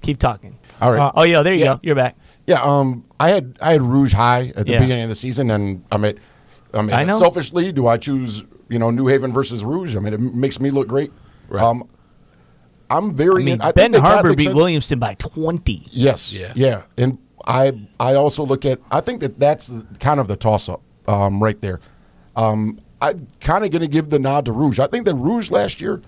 Speaker 1: Keep talking.
Speaker 3: All right.
Speaker 2: Uh,
Speaker 1: Oh, yeah, there you
Speaker 3: Yeah.
Speaker 1: go. You're back.
Speaker 3: Yeah, um, I had I had Rouge high at the
Speaker 1: Yeah.
Speaker 3: beginning of the season, and I mean, I mean,
Speaker 1: I know.
Speaker 3: selfishly, do I choose you know New Haven versus Rouge? I mean, it makes me look great.
Speaker 4: Right.
Speaker 3: Um, I'm very.
Speaker 1: I mean,
Speaker 3: think
Speaker 1: Ben
Speaker 3: the
Speaker 1: Harper
Speaker 3: Catholic
Speaker 1: beat
Speaker 3: Cent-
Speaker 1: Williamston by 20.
Speaker 3: Yes.
Speaker 4: Yeah.
Speaker 3: Yeah. And I I also look at I think that that's the- kind of the toss up um, right there. Um, I'm kind of going to give the nod to Rouge. I think that Rouge last year,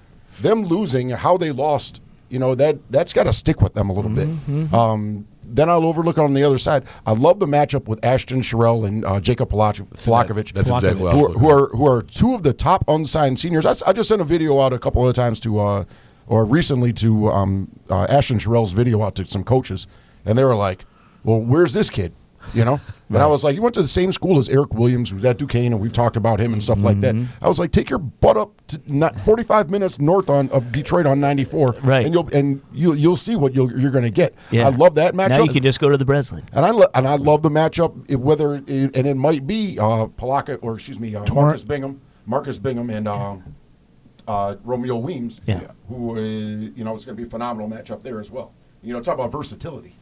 Speaker 3: them losing how they lost, you know that that's got to stick with them a little bit. Um, then I'll overlook on the other side. I love the matchup with Ashton Sherrill and uh, Jacob Palach- Palakovic.
Speaker 4: That's exactly what I
Speaker 3: who,
Speaker 4: was
Speaker 3: are, who
Speaker 4: looking
Speaker 3: are who are two of the top unsigned seniors. I, s- I just sent a video out a couple of times to, uh, or recently to um, uh, Ashton Sherrell's video out to some coaches, and they were like, "Well, where's this kid?" You know, and I was like, "You went to the same school as Eric Williams, who's at Duquesne, and we've talked about him and stuff like that."
Speaker 1: Mm-hmm.
Speaker 3: I was like, "Take your butt up to not 45 minutes north on of Detroit on 94,
Speaker 1: Right.
Speaker 3: And you'll and you you'll see what you'll, you're going to get."
Speaker 1: Yeah.
Speaker 3: I love that matchup.
Speaker 1: Now you can just go to the Breslin.
Speaker 3: And I lo- and I love the matchup. It, whether it, and it might be uh, Palaka or excuse me, uh, Marcus Bingham, Marcus Bingham, and uh, uh, Romeo Weems,
Speaker 1: Yeah.
Speaker 3: who uh, you know it's going to be a phenomenal matchup there as well. You know, talk about versatility.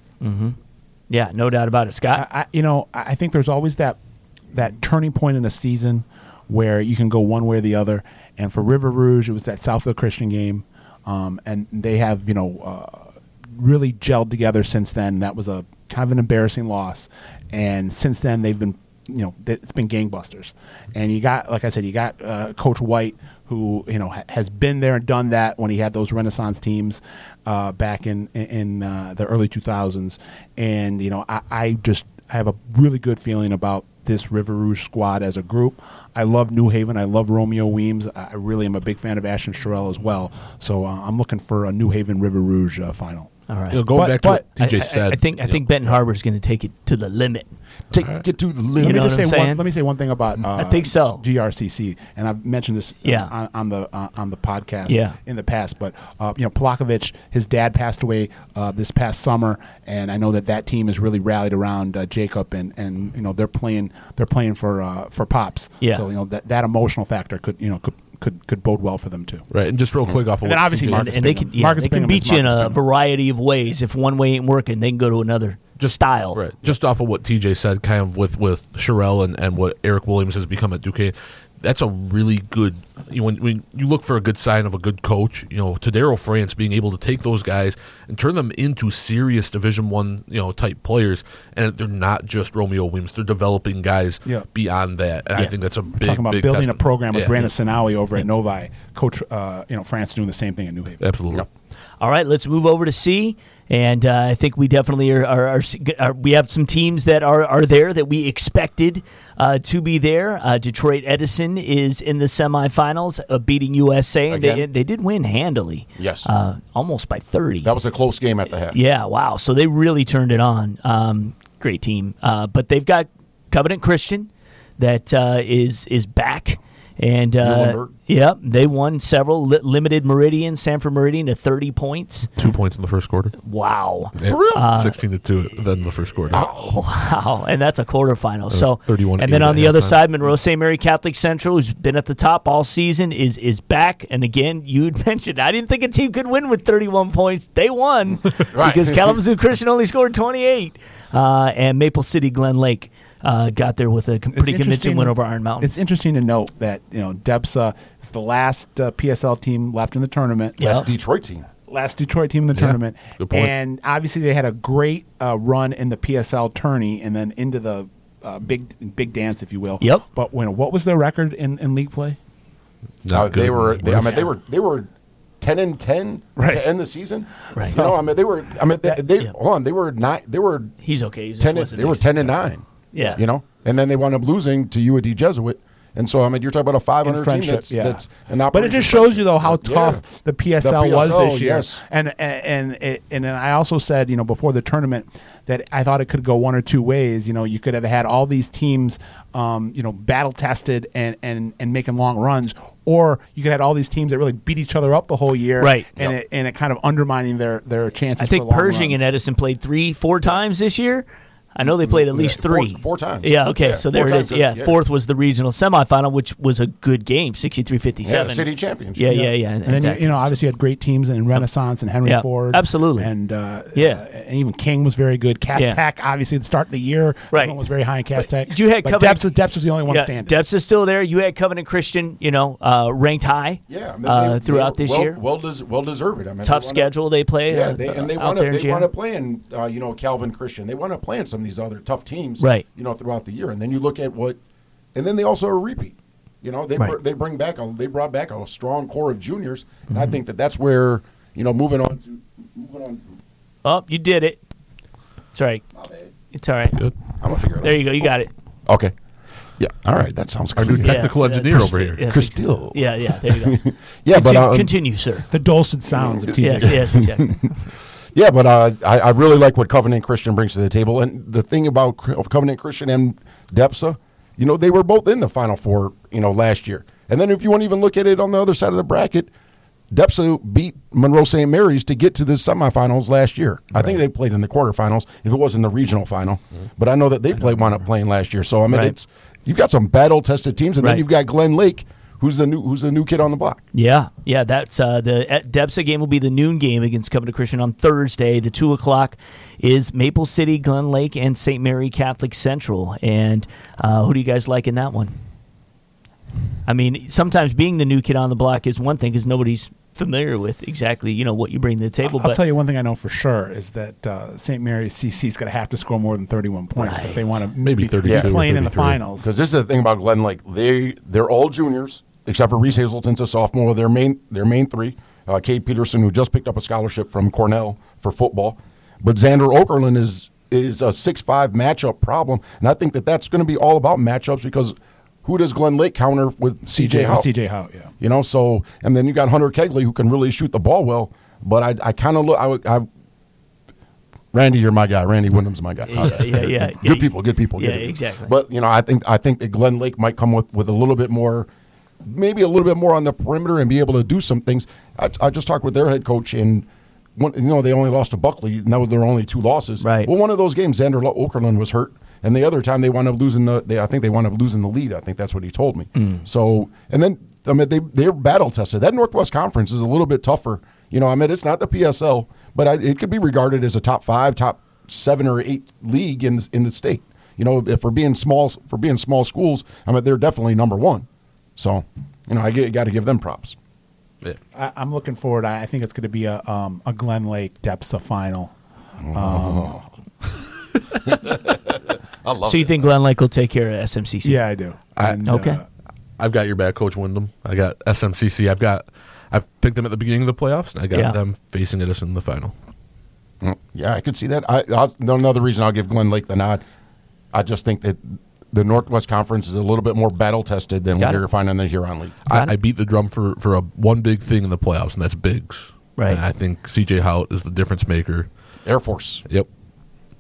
Speaker 1: Yeah, no doubt about it, Scott.
Speaker 2: I, I- you know, I I think there's always that that turning point in a season where you can go one way or the other. And for River Rouge, it was that Southfield Christian game, um, and they have you know uh, really gelled together since then. That was a kind of an embarrassing loss, and since then they've been you know th- it's been gangbusters. And you got like I said, you got uh, Coach White. Who you know ha- has been there and done that when he had those Renaissance teams uh, back in in uh, the early 2000s, and you know I, I just I have a really good feeling about this River Rouge squad as a group. I love New Haven. I love Romeo Weems. I I really am a big fan of Ashton Sherrill as well. So uh, I'm looking for a New Haven River Rouge uh, final.
Speaker 1: All right.
Speaker 4: You know, going
Speaker 2: But-
Speaker 4: back to what
Speaker 2: but-
Speaker 4: TJ
Speaker 1: I, I-
Speaker 4: said,
Speaker 1: I think I
Speaker 4: you know,
Speaker 1: think Benton Harbor's going to take it to the limit.
Speaker 3: Take get to the
Speaker 2: Let
Speaker 3: limit.
Speaker 2: me
Speaker 1: know
Speaker 2: just
Speaker 1: what I'm
Speaker 2: say
Speaker 1: saying?
Speaker 2: one. Let me say one thing about. Uh,
Speaker 1: think so.
Speaker 2: GRCC, and I've mentioned this uh,
Speaker 1: Yeah.
Speaker 2: on, on the uh, on the podcast
Speaker 1: Yeah.
Speaker 2: in the past. But uh, you know, Polakovich, his dad passed away uh, this past summer, and I know that that team has really rallied around uh, Jacob, and, and you know they're playing they're playing for uh, for pops.
Speaker 1: Yeah.
Speaker 2: So you know that, that emotional factor could you know could could could bode well for them too.
Speaker 4: right, and just real
Speaker 3: Mm-hmm.
Speaker 4: quick off of
Speaker 2: And
Speaker 4: what
Speaker 2: then obviously
Speaker 4: TJ
Speaker 1: And,
Speaker 2: Marcus
Speaker 1: and they
Speaker 2: Bingham.
Speaker 1: can, yeah,
Speaker 2: Marcus
Speaker 1: they can
Speaker 2: Bingham is
Speaker 1: beat you in
Speaker 2: Marcus
Speaker 1: a
Speaker 2: Bingham.
Speaker 1: variety of ways. If one way ain't working, they can go to another style.
Speaker 4: Right. Just off of what TJ said, kind of with with Sherelle and, and what Eric Williams has become at Duquesne, that's a really good. You know, when, when you look for a good sign of a good coach, you know, Tadero France being able to take those guys and turn them into serious Division One, you know, type players, and they're not just Romeo Williams; they're developing guys
Speaker 2: Yeah.
Speaker 4: beyond that. And I
Speaker 1: Yeah.
Speaker 4: think that's a big
Speaker 2: talking about
Speaker 4: big
Speaker 2: building
Speaker 4: testament.
Speaker 2: a program with
Speaker 4: Yeah.
Speaker 2: Brandon Sinawi over at Novi. Coach, uh, you know, France doing the same thing at New Haven.
Speaker 4: Absolutely.
Speaker 1: All right, let's move over to C. And uh, I think we definitely are, are, are, are. We have some teams that are, are there that we expected uh, to be there. Uh, Detroit Edison is in the semifinals, uh, beating USA, and they,
Speaker 3: Again.
Speaker 1: they did win handily.
Speaker 3: Yes.
Speaker 1: uh, almost by thirty.
Speaker 3: That was a close game at the half.
Speaker 1: Yeah, wow. So they really turned it on. Um, great team. Uh, but they've got Covenant Christian that uh, is is back. And uh,
Speaker 3: Muhlenberg.
Speaker 1: yep, they won several li- limited Meridian, Sanford Meridian to thirty points.
Speaker 4: Two points in the first quarter.
Speaker 1: Wow, *laughs*
Speaker 3: real? Uh, Uh-huh.
Speaker 4: Sixteen to two. Then the first quarter.
Speaker 1: wow, and that's a quarterfinal. So
Speaker 4: 31
Speaker 1: and then
Speaker 4: eight
Speaker 1: on
Speaker 4: at
Speaker 1: the other
Speaker 4: halftime.
Speaker 1: side, Monroe St. Mary Catholic Central, who's been at the top all season, is is back. And again, you had *laughs* mentioned I didn't think a team could win with 31 points. They won
Speaker 3: Right.
Speaker 1: because Kalamazoo Christian only scored 28, uh, and Maple City Glen Lake uh, got there with a con-
Speaker 2: It's
Speaker 1: pretty convincing
Speaker 2: interesting-
Speaker 1: win over Iron Mountain.
Speaker 2: It's interesting to note that you know Debsa is the last uh, PSL team left in the tournament,
Speaker 1: Yeah.
Speaker 3: That's Detroit team.
Speaker 2: last Detroit team in the tournament,
Speaker 4: Good point.
Speaker 2: and obviously they had a great uh, run in the PSL tourney and then into the uh, big big dance, if you will.
Speaker 1: Yep.
Speaker 2: But when, what was their record in, in league play?
Speaker 4: Not
Speaker 3: Uh, they
Speaker 4: good.
Speaker 3: were. They, I mean, they were. They were ten and ten
Speaker 2: Right.
Speaker 3: to end the season.
Speaker 1: Right.
Speaker 3: You know, I mean, they were. I mean, they, they
Speaker 1: yeah.
Speaker 3: hold on. They were not. They were
Speaker 1: He's okay. He just
Speaker 3: ten. And,
Speaker 1: wasn't
Speaker 3: they were
Speaker 1: next.
Speaker 3: ten and nine.
Speaker 1: Yeah.
Speaker 3: You know, and then they wound up losing to UAD Jesuit. And so I mean, you're talking about a 500 team that's, that's
Speaker 2: but
Speaker 3: an
Speaker 2: it
Speaker 3: operation
Speaker 2: just shows you though how
Speaker 3: Yeah.
Speaker 2: tough the PSL, was
Speaker 3: PSL,
Speaker 2: this year.
Speaker 3: yes.
Speaker 2: And and and, it, and then I also said you know before the tournament that I thought it could go one or two ways. You know, you could have had all these teams, um, you know, battle tested and and and making long runs, or you could have had all these teams that really beat each other up the whole year,
Speaker 1: Right.
Speaker 2: And
Speaker 3: Yep.
Speaker 2: it, and it kind of undermining their their chances.
Speaker 1: I
Speaker 2: for
Speaker 1: think
Speaker 2: long
Speaker 1: Pershing
Speaker 2: runs.
Speaker 1: and Edison played three, four times this year. I know they played at least
Speaker 3: Mm-hmm. Four-
Speaker 1: three.
Speaker 3: four times.
Speaker 1: Yeah, okay.
Speaker 3: Yeah,
Speaker 1: so
Speaker 3: four
Speaker 1: there it
Speaker 3: times, uh,
Speaker 1: is. Yeah,
Speaker 3: yeah.
Speaker 1: fourth was the regional semifinal, which was a good game, 63
Speaker 3: Yeah,
Speaker 1: 57.
Speaker 3: the city championship.
Speaker 1: Yeah, yeah, yeah.
Speaker 2: And then you-
Speaker 1: exactly.
Speaker 2: you know, obviously, you had great teams in Renaissance and Henry
Speaker 1: Yeah,
Speaker 2: Ford,
Speaker 1: absolutely.
Speaker 2: and uh,
Speaker 1: Yeah.
Speaker 2: uh, and even King was very good. Cast
Speaker 1: Yeah.
Speaker 2: Tech, obviously, at the start of the year,
Speaker 1: Right.
Speaker 2: everyone was very high in Cast Tech.
Speaker 1: you had
Speaker 2: but
Speaker 1: Covenant-
Speaker 2: Depps, Depps was the only one
Speaker 1: yeah,
Speaker 2: standing.
Speaker 1: Depps is still there. You had Covenant Christian, you know, uh, ranked high
Speaker 3: Yeah, I mean,
Speaker 1: uh,
Speaker 3: they- they
Speaker 1: throughout
Speaker 3: were
Speaker 1: this
Speaker 3: well,
Speaker 1: year.
Speaker 3: well, des- well deserved. I mean, they
Speaker 1: Tough
Speaker 3: wound up-
Speaker 1: schedule they play.
Speaker 3: Yeah,
Speaker 1: uh,
Speaker 3: they, and they
Speaker 1: out
Speaker 3: wound
Speaker 1: there
Speaker 3: up
Speaker 1: in
Speaker 3: they wound
Speaker 1: Jan.
Speaker 3: up playing uh, you know Calvin Christian. They wound up playing some of these other tough teams,
Speaker 1: Right.
Speaker 3: You know throughout the year, and then you look at what, and then they also are repeat. You know they
Speaker 1: Right.
Speaker 3: br- they bring back a they brought back a strong core of juniors, and I
Speaker 1: Mm-hmm.
Speaker 3: think that that's where you know moving on to moving on.
Speaker 1: Oh, you did it. It's all right.
Speaker 3: My bad.
Speaker 1: It's all right.
Speaker 4: Good.
Speaker 3: I'm gonna figure it out.
Speaker 1: There you go. You got it.
Speaker 3: Okay. Yeah. All right. That sounds
Speaker 4: Our new
Speaker 3: clear.
Speaker 4: tech- Technical
Speaker 1: Yeah,
Speaker 4: engineer
Speaker 1: that's-
Speaker 4: over here. um,
Speaker 1: yes,
Speaker 3: Christil.
Speaker 1: Yeah, yeah. There you go.
Speaker 4: *laughs*
Speaker 3: Yeah, but
Speaker 1: Continue-
Speaker 3: uh,
Speaker 1: continue, sir.
Speaker 2: the dulcet sounds of TJ.
Speaker 1: Yes, yes, exactly.
Speaker 3: Yeah, but uh, I, I really like what Covenant Christian brings to the table. And the thing about C- Covenant Christian and Depsa, you know, they were both in the Final Four, you know, last year. And then if you want to even look at it on the other side of the bracket, Depsa beat Monroe St. Mary's to get to the semifinals last year. I think they played in the quarterfinals, if it wasn't the regional final. But I know that they played wound up playing last year. So I mean,
Speaker 1: Mm-hmm. Right.
Speaker 3: it's you've got some battle tested teams, and
Speaker 1: Right.
Speaker 3: then you've got Glen Lake, who's the new who's the new kid on the block.
Speaker 1: Yeah, yeah. That's uh, the at Depsa game will be the noon game against Covenant Christian on Thursday. The two o'clock is Maple City, Glen Lake, and St. Mary Catholic Central. And uh, who do you guys like in that one? I mean, sometimes being the new kid on the block is one thing because nobody's familiar with exactly you know what you bring to the table.
Speaker 2: I'll
Speaker 1: but
Speaker 2: tell you one thing I know for sure is that uh, St. Mary's CC is going to have to score more than 31 points if they want to
Speaker 4: Maybe
Speaker 2: be,
Speaker 4: 32
Speaker 2: be
Speaker 4: or
Speaker 2: playing in the
Speaker 4: 33.
Speaker 2: finals.
Speaker 3: Because this is the thing about Glen Lake. They they're all juniors except for Reese Hazelton's a sophomore. Their main their main three, uh, Kate Peterson, who just picked up a scholarship from Cornell for football, but Xander Okerlund is is a six five matchup problem, and I think that that's going to be all about matchups because who does Glen Lake counter with CJ Howe?
Speaker 2: CJ Howe, yeah.
Speaker 3: You know, so and then you got Hunter Kegley who can really shoot the ball well, but I I kind of look I, would- I Randy, you're my guy. Randy Wyndham's my guy.
Speaker 1: Yeah, yeah, yeah.
Speaker 3: *laughs* good people, good people.
Speaker 1: Yeah,
Speaker 3: good people.
Speaker 1: exactly.
Speaker 3: But you know, I think I think that Glen Lake might come with with a little bit more, maybe a little bit more on the perimeter and be able to do some things. I, I just talked with their head coach and. One, you know they only lost to Buckley. and That was their only two losses.
Speaker 1: Right.
Speaker 3: Well, one of those games, Xander Lo- Okerlund was hurt, and the other time they wound up losing the. They, I think they wound up losing the lead. I think that's what he told me. So, and then I mean they they're battle tested. That Northwest Conference is a little bit tougher. You know, I mean it's not the PSL, but I, it could be regarded as a top five, top seven or eight league in in the state. You know, if for being small for being small schools, I mean they're definitely number one. So, you know, I got to give them props.
Speaker 4: Yeah.
Speaker 2: I, I'm looking forward. I, I think it's going to be a, um, a Glen Lake Depsa final.
Speaker 3: Oh.
Speaker 2: Um,
Speaker 3: I love
Speaker 1: so you think Glen Lake will take care of SMCC?
Speaker 2: Yeah, I do. And,
Speaker 1: okay.
Speaker 2: uh,
Speaker 4: I've got your back, Coach Wyndham. I got SMCC. I've got I've picked them at the beginning of the playoffs, and I got
Speaker 1: Yeah.
Speaker 4: them facing us in the final.
Speaker 3: Yeah, I could see that. I, I another reason I'll give Glen Lake the nod. I just think that the Northwest Conference is a little bit more battle tested than
Speaker 1: Got
Speaker 3: what
Speaker 1: it.
Speaker 3: you're finding in the Huron League.
Speaker 1: Got it.
Speaker 4: I, I beat the drum for for a one big thing in the playoffs, and that's bigs.
Speaker 1: Right.
Speaker 4: And I think CJ Hout is the difference maker.
Speaker 3: Air Force.
Speaker 4: Yep.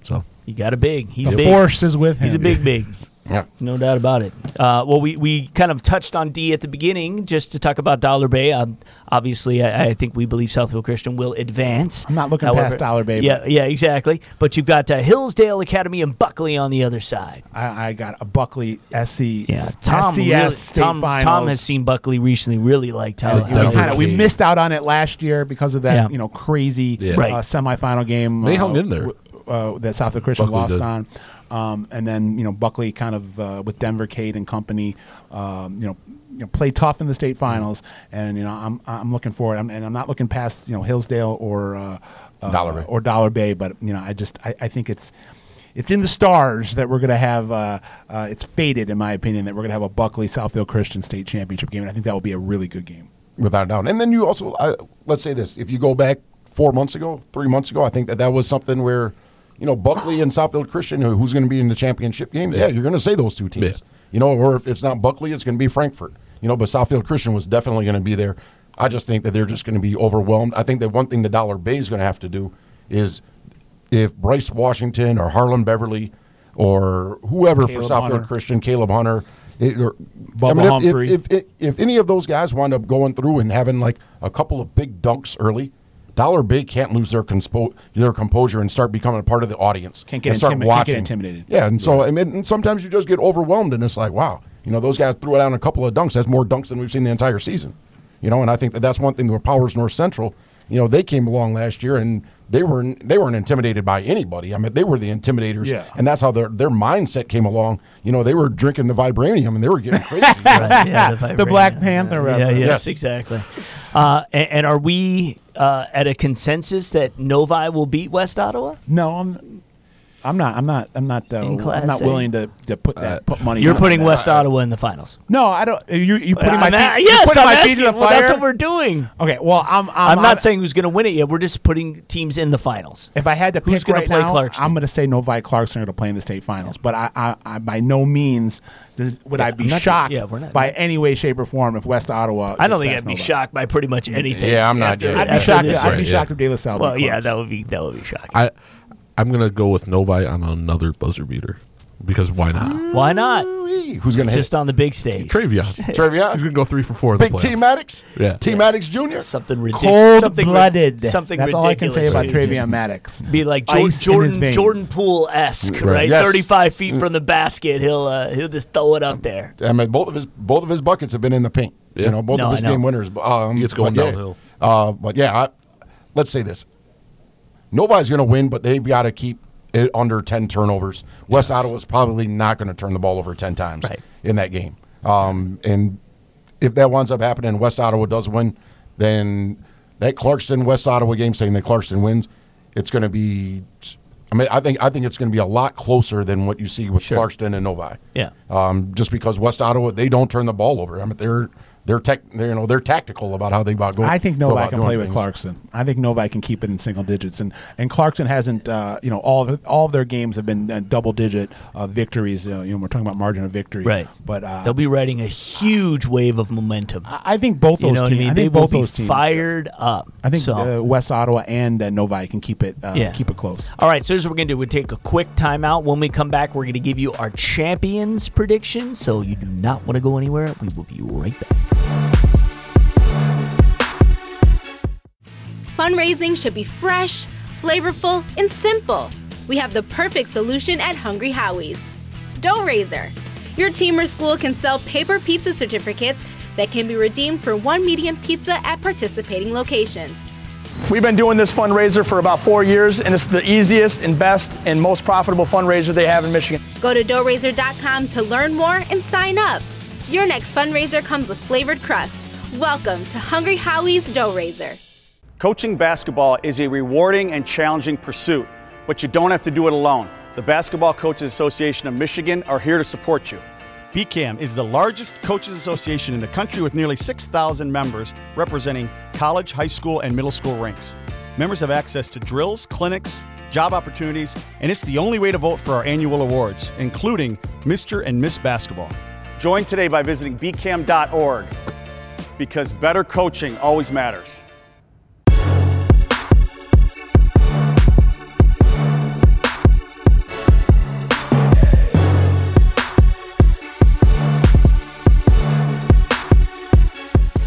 Speaker 4: So
Speaker 1: you got a big. He's
Speaker 2: the
Speaker 1: big.
Speaker 2: force is with him.
Speaker 1: He's a big, big.
Speaker 2: *laughs*
Speaker 3: Yeah.
Speaker 1: No doubt about it. Uh, well, we, we kind of touched on D at the beginning just to talk about Dollar Bay. Um, obviously, I, I think we believe Southfield Christian will advance.
Speaker 2: I'm not looking past Dollar Bay,
Speaker 1: Yeah,
Speaker 2: but-
Speaker 1: yeah, exactly. But you've got uh, Hillsdale Academy and Buckley on the other side.
Speaker 2: I, I got a Buckley E SC.
Speaker 1: Yeah, Tom.
Speaker 2: SCS
Speaker 1: really-
Speaker 2: state
Speaker 1: Tom,
Speaker 2: finals.
Speaker 1: Tom has seen Buckley recently. Really liked how.
Speaker 4: Yeah,
Speaker 1: how
Speaker 2: we,
Speaker 4: Denver
Speaker 2: kinda, we
Speaker 4: Cage.
Speaker 2: missed out on it last year because of that,
Speaker 1: Yeah.
Speaker 2: you know, crazy
Speaker 4: Yeah.
Speaker 1: Right.
Speaker 2: uh, semifinal game.
Speaker 4: They
Speaker 2: uh,
Speaker 4: hung in there.
Speaker 2: w- Uh, that Southwood Christian
Speaker 4: Buckley
Speaker 2: lost
Speaker 4: did.
Speaker 2: on, um, and then you know Buckley kind of uh, with Denver Cade and company, um, you know. You know, play tough in the state finals, and you know I'm I'm looking forward, I'm, and I'm not looking past you know Hillsdale or uh, uh,
Speaker 3: Dollar Bay.
Speaker 2: or Dollar Bay, but you know I just I, I think it's it's in the stars that we're going to have. Uh, uh, it's fated, in my opinion, that we're going to have a Buckley Southfield Christian state championship game, and I think that will be a really good game.
Speaker 3: without a doubt. And then you also, I, let's say this: if you go back four months ago, three months ago, I think that that was something where, you know, Buckley and Southfield Christian, who- who's going to be in the championship game? Yeah, you're going to say those two teams.
Speaker 4: Yeah.
Speaker 3: You know, or if it's not Buckley, it's going to be Frankfurt. You know, but Southfield Christian was definitely going to be there. I just think that they're just going to be overwhelmed. I think that one thing the Dollar Bay is going to have to do is if Bryce Washington or Harlan Beverly or whoever
Speaker 2: Caleb
Speaker 3: for Southfield
Speaker 2: Hunter.
Speaker 3: Christian, Caleb Hunter, it, or,
Speaker 2: Bubba
Speaker 3: if- if-
Speaker 2: Humphrey.
Speaker 3: if- if, if any of those guys wind up going through and having like a couple of big dunks early, Dollar Big can't lose their conspo- their composure and start becoming a part of the audience.
Speaker 2: Can't get
Speaker 3: and start
Speaker 2: intimi- can't get
Speaker 3: watching.
Speaker 2: intimidated.
Speaker 3: Yeah, and so I mean, and sometimes you just get overwhelmed, and it's like, wow, you know, those guys threw down a couple of dunks. That's more dunks than we've seen the entire season. You know, and I think that that's one thing with Powers North Central. You know, they came along last year and they were they weren't intimidated by anybody. I mean, they were the intimidators,
Speaker 2: Yeah.
Speaker 3: and that's how their their mindset came along. You know, they were drinking the vibranium and they were getting crazy.
Speaker 1: Right, yeah,
Speaker 2: *laughs* The Black
Speaker 1: vibranium.
Speaker 2: Panther
Speaker 1: Yeah,
Speaker 2: reference.
Speaker 1: yes,
Speaker 3: Yes.
Speaker 1: exactly. Uh, and, and are we uh, at a consensus that Novi will beat West Ottawa?
Speaker 2: No, I'm. I'm not. I'm not. I'm not. Uh,
Speaker 1: In Class eh?
Speaker 2: I'm not
Speaker 1: A.
Speaker 2: willing to, to put that put money.
Speaker 1: You're
Speaker 2: down
Speaker 1: putting
Speaker 2: on that.
Speaker 1: West Ottawa in the finals.
Speaker 2: No, I don't. You you putting my
Speaker 1: I'm a-
Speaker 2: feet, you're
Speaker 1: yes,
Speaker 2: putting
Speaker 1: I'm
Speaker 2: my
Speaker 1: asking,
Speaker 2: feet to the fire.
Speaker 1: Well, that's what we're doing.
Speaker 2: okay. Well, I'm. I'm,
Speaker 1: I'm
Speaker 2: I'm-
Speaker 1: not saying who's going to win it yet. We're just putting teams in the finals.
Speaker 2: If I had to pick
Speaker 1: Who's gonna
Speaker 2: right
Speaker 1: play
Speaker 2: now,
Speaker 1: Clarkston?
Speaker 2: I'm going to say Novi Clarkson are going to play in the state finals. But I, I, I by no means does, would I be
Speaker 1: I'm not-
Speaker 2: shocked
Speaker 1: yeah, we're not-
Speaker 2: by any way, shape, or form if West Ottawa.
Speaker 1: I don't
Speaker 2: gets
Speaker 1: think
Speaker 2: past
Speaker 1: I'd be
Speaker 2: Novi.
Speaker 1: shocked by pretty much anything.
Speaker 3: Yeah, I'm not
Speaker 1: after-
Speaker 3: yet.
Speaker 2: I'd be
Speaker 1: after
Speaker 2: shocked.
Speaker 1: this
Speaker 2: I'd be
Speaker 4: Right, yeah.
Speaker 2: shocked if De La Salle.
Speaker 1: Well,
Speaker 2: beat
Speaker 1: yeah,
Speaker 2: Clarkson.
Speaker 1: that would be that would be shocking.
Speaker 4: I I'm gonna go with Novi on another buzzer beater. because why not?
Speaker 1: Why not?
Speaker 3: Wee. Who's going to hit
Speaker 1: Just on the big stage.
Speaker 4: Travion. He's
Speaker 3: Trivia?
Speaker 4: gonna go three for four in
Speaker 3: Big
Speaker 4: the playoffs.
Speaker 3: T Maddox?
Speaker 4: Yeah.
Speaker 3: T Maddox Jr.?
Speaker 1: Something ridiculous.
Speaker 2: Cold
Speaker 1: Something, ri-
Speaker 2: blooded.
Speaker 1: Something
Speaker 2: That's all I can say
Speaker 1: ridiculous,
Speaker 2: about
Speaker 1: too.
Speaker 2: Travion
Speaker 1: Just
Speaker 2: Maddox.
Speaker 1: Be like
Speaker 2: Ice in
Speaker 1: Jordan
Speaker 2: his
Speaker 1: Jordan,
Speaker 2: veins.
Speaker 1: Jordan Poole esque, right?
Speaker 3: Yes. Mm.
Speaker 1: Thirty five feet from the basket, he'll uh, he'll just throw it up there.
Speaker 3: I mean, both of his both of his buckets have been in the paint.
Speaker 4: Yeah.
Speaker 3: You know, both
Speaker 1: No,
Speaker 3: of his
Speaker 1: I know.
Speaker 3: game winners. Um,
Speaker 4: He gets going
Speaker 3: but yeah.
Speaker 4: downhill.
Speaker 3: Uh, but yeah, I, let's say this: nobody's going to win, but they've got to keep it under ten turnovers. West Ottawa's probably not going to turn the ball over ten times
Speaker 1: Right.
Speaker 3: in that game. Um, and if that winds up happening, West Ottawa does win, then that Clarkston West Ottawa game, saying that Clarkston wins, it's going to be. I mean, I think I think it's going to be a lot closer than what you see with Clarkston and Novi
Speaker 1: Yeah.
Speaker 3: um, just because West Ottawa they don't turn the ball over. I mean they're they're tech they're, you know they're tactical about how they about go.
Speaker 2: I think
Speaker 3: go
Speaker 2: Novak
Speaker 3: about
Speaker 2: can
Speaker 3: doing
Speaker 2: play with
Speaker 3: things.
Speaker 2: Clarkson. I think Novak can keep it in single digits, and and Clarkson hasn't. Uh, you know, all of, all of their games have been uh, double digit uh, victories. Uh, you know, we're talking about margin of victory,
Speaker 1: Right.
Speaker 2: But uh,
Speaker 1: They'll be riding a huge wave of momentum.
Speaker 2: I I think both
Speaker 1: You
Speaker 2: those
Speaker 1: know what I
Speaker 2: teams. I,
Speaker 1: mean?
Speaker 2: think
Speaker 1: They will
Speaker 2: both
Speaker 1: be
Speaker 2: those teams.
Speaker 1: fired up.
Speaker 2: I think
Speaker 1: so.
Speaker 2: uh, West Ottawa and uh, Novi can keep it uh,
Speaker 1: Yeah.
Speaker 2: keep it close.
Speaker 1: All right, so here's what we're going to do. We'll take a quick timeout. When we come back, we're going to give you our champions prediction. So you do not want to go anywhere. We will be right back.
Speaker 5: Fundraising should be fresh, flavorful, and simple. We have the perfect solution at Hungry Howie's. Dough-raiser. Your team or school can sell paper pizza certificates that can be redeemed for one medium pizza at participating locations.
Speaker 6: We've been doing this fundraiser for about four years, and it's the easiest and best and most profitable fundraiser they have in Michigan.
Speaker 5: Go to doughraiser.com to learn more and sign up. Your next fundraiser comes with flavored crust. Welcome to Hungry Howie's Dough-raiser.
Speaker 7: Coaching basketball is a rewarding and challenging pursuit, but you don't have to do it alone. The Basketball Coaches Association of Michigan are here to support you.
Speaker 8: BCAM is the largest coaches association in the country with nearly 6,000 members representing college, high school, and middle school ranks. Members have access to drills, clinics, job opportunities, and it's the only way to vote for our annual awards, including Mr. and Miss Basketball.
Speaker 7: Join today by visiting bcam.org because better coaching always matters.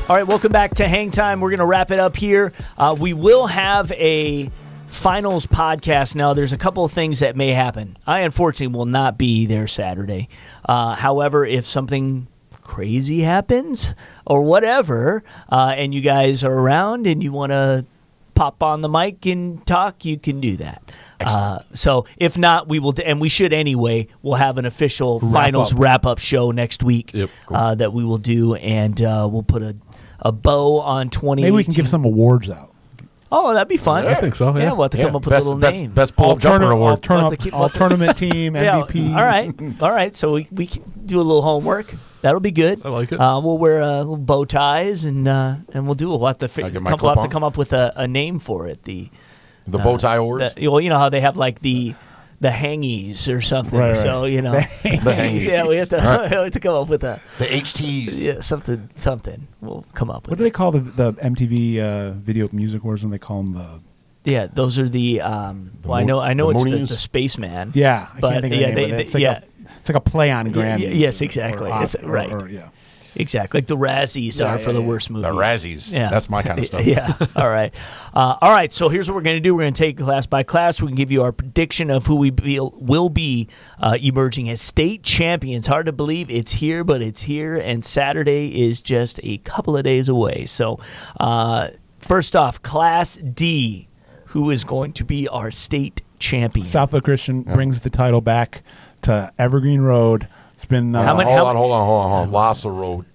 Speaker 1: All right, welcome back to Hang Time. We're going to wrap it up here. Uh, we will have a finals podcast now. There's a couple of things that may happen. I unfortunately will not be there Saturday. Uh, however, if something crazy happens or whatever, uh, and you guys are around and you want to pop on the mic and talk, you can do that. Uh, so if not, we will, and we should anyway. We'll have an official finals
Speaker 2: up.
Speaker 1: wrap up show next week
Speaker 4: Yep, cool.
Speaker 1: uh, that we will do, and uh, we'll put a a bow on twenty.
Speaker 2: Maybe we can give some awards out.
Speaker 1: Oh, that'd be fun.
Speaker 4: I think so, yeah.
Speaker 1: we'll have to
Speaker 3: Yeah,
Speaker 1: come up with
Speaker 3: best,
Speaker 1: a little
Speaker 3: best,
Speaker 1: name.
Speaker 3: Best Paul Jumper
Speaker 2: Alterna-
Speaker 3: Award.
Speaker 2: alterna-
Speaker 1: We'll have to keep-
Speaker 2: all tournament
Speaker 1: *laughs*
Speaker 2: team
Speaker 1: Yeah,
Speaker 2: MVP.
Speaker 1: All right. All right. So we, we can do a little homework. That'll be good.
Speaker 4: I like it.
Speaker 1: Uh, we'll wear uh, little bow ties and uh, and we'll do. We'll have to fi-
Speaker 3: I get
Speaker 1: come,
Speaker 3: my
Speaker 1: we'll have to
Speaker 3: clip-on?
Speaker 1: come up with a, a name for it. The,
Speaker 3: the Bow Tie Awards.
Speaker 1: the well, you know how they have like the the hangies or something.
Speaker 2: Right, right.
Speaker 1: So you know,
Speaker 3: The,
Speaker 1: *laughs*
Speaker 3: hangies.
Speaker 1: yeah, we have to
Speaker 3: All right.
Speaker 1: we have to come up with a
Speaker 3: the HTs.
Speaker 1: yeah something something. We'll come up
Speaker 2: What
Speaker 1: with.
Speaker 2: do they call the the MTV uh, Video Music Awards? When they call them uh, the
Speaker 1: Yeah, those are the. Um, well, I
Speaker 3: Mo-
Speaker 1: know, I know
Speaker 3: the
Speaker 1: it's the,
Speaker 3: Moonies?
Speaker 1: the spaceman.
Speaker 2: yeah, I
Speaker 1: But,
Speaker 2: can't think of the
Speaker 1: yeah,
Speaker 2: name
Speaker 1: they-
Speaker 2: of it. It's
Speaker 1: they-
Speaker 2: like
Speaker 1: yeah.
Speaker 2: a, it's like a play on
Speaker 1: y-
Speaker 2: Grammy.
Speaker 1: yes, exactly. It's- right. Mm-hmm.
Speaker 2: yeah.
Speaker 1: exactly. Like the Razzies
Speaker 2: Yeah,
Speaker 1: are
Speaker 2: yeah,
Speaker 1: for the
Speaker 2: yeah.
Speaker 1: worst movies.
Speaker 3: The Razzies.
Speaker 1: Yeah.
Speaker 3: That's my
Speaker 1: *laughs*
Speaker 3: kind of stuff.
Speaker 1: Yeah. all right. Uh, all right. So here's what we're going to do. We're going to take class by class. We can give you our prediction of who we be, will be uh, emerging as state champions. Hard to believe it's here, but it's here. And Saturday is just a couple of days away. So, uh, first off, Class D, who is going to be our state champion?
Speaker 2: Southfield Christian brings the title back to Evergreen Road. It's been uh,
Speaker 1: How many-
Speaker 3: hold
Speaker 1: how-
Speaker 3: on, hold on, hold on, hold on. Lassa Road.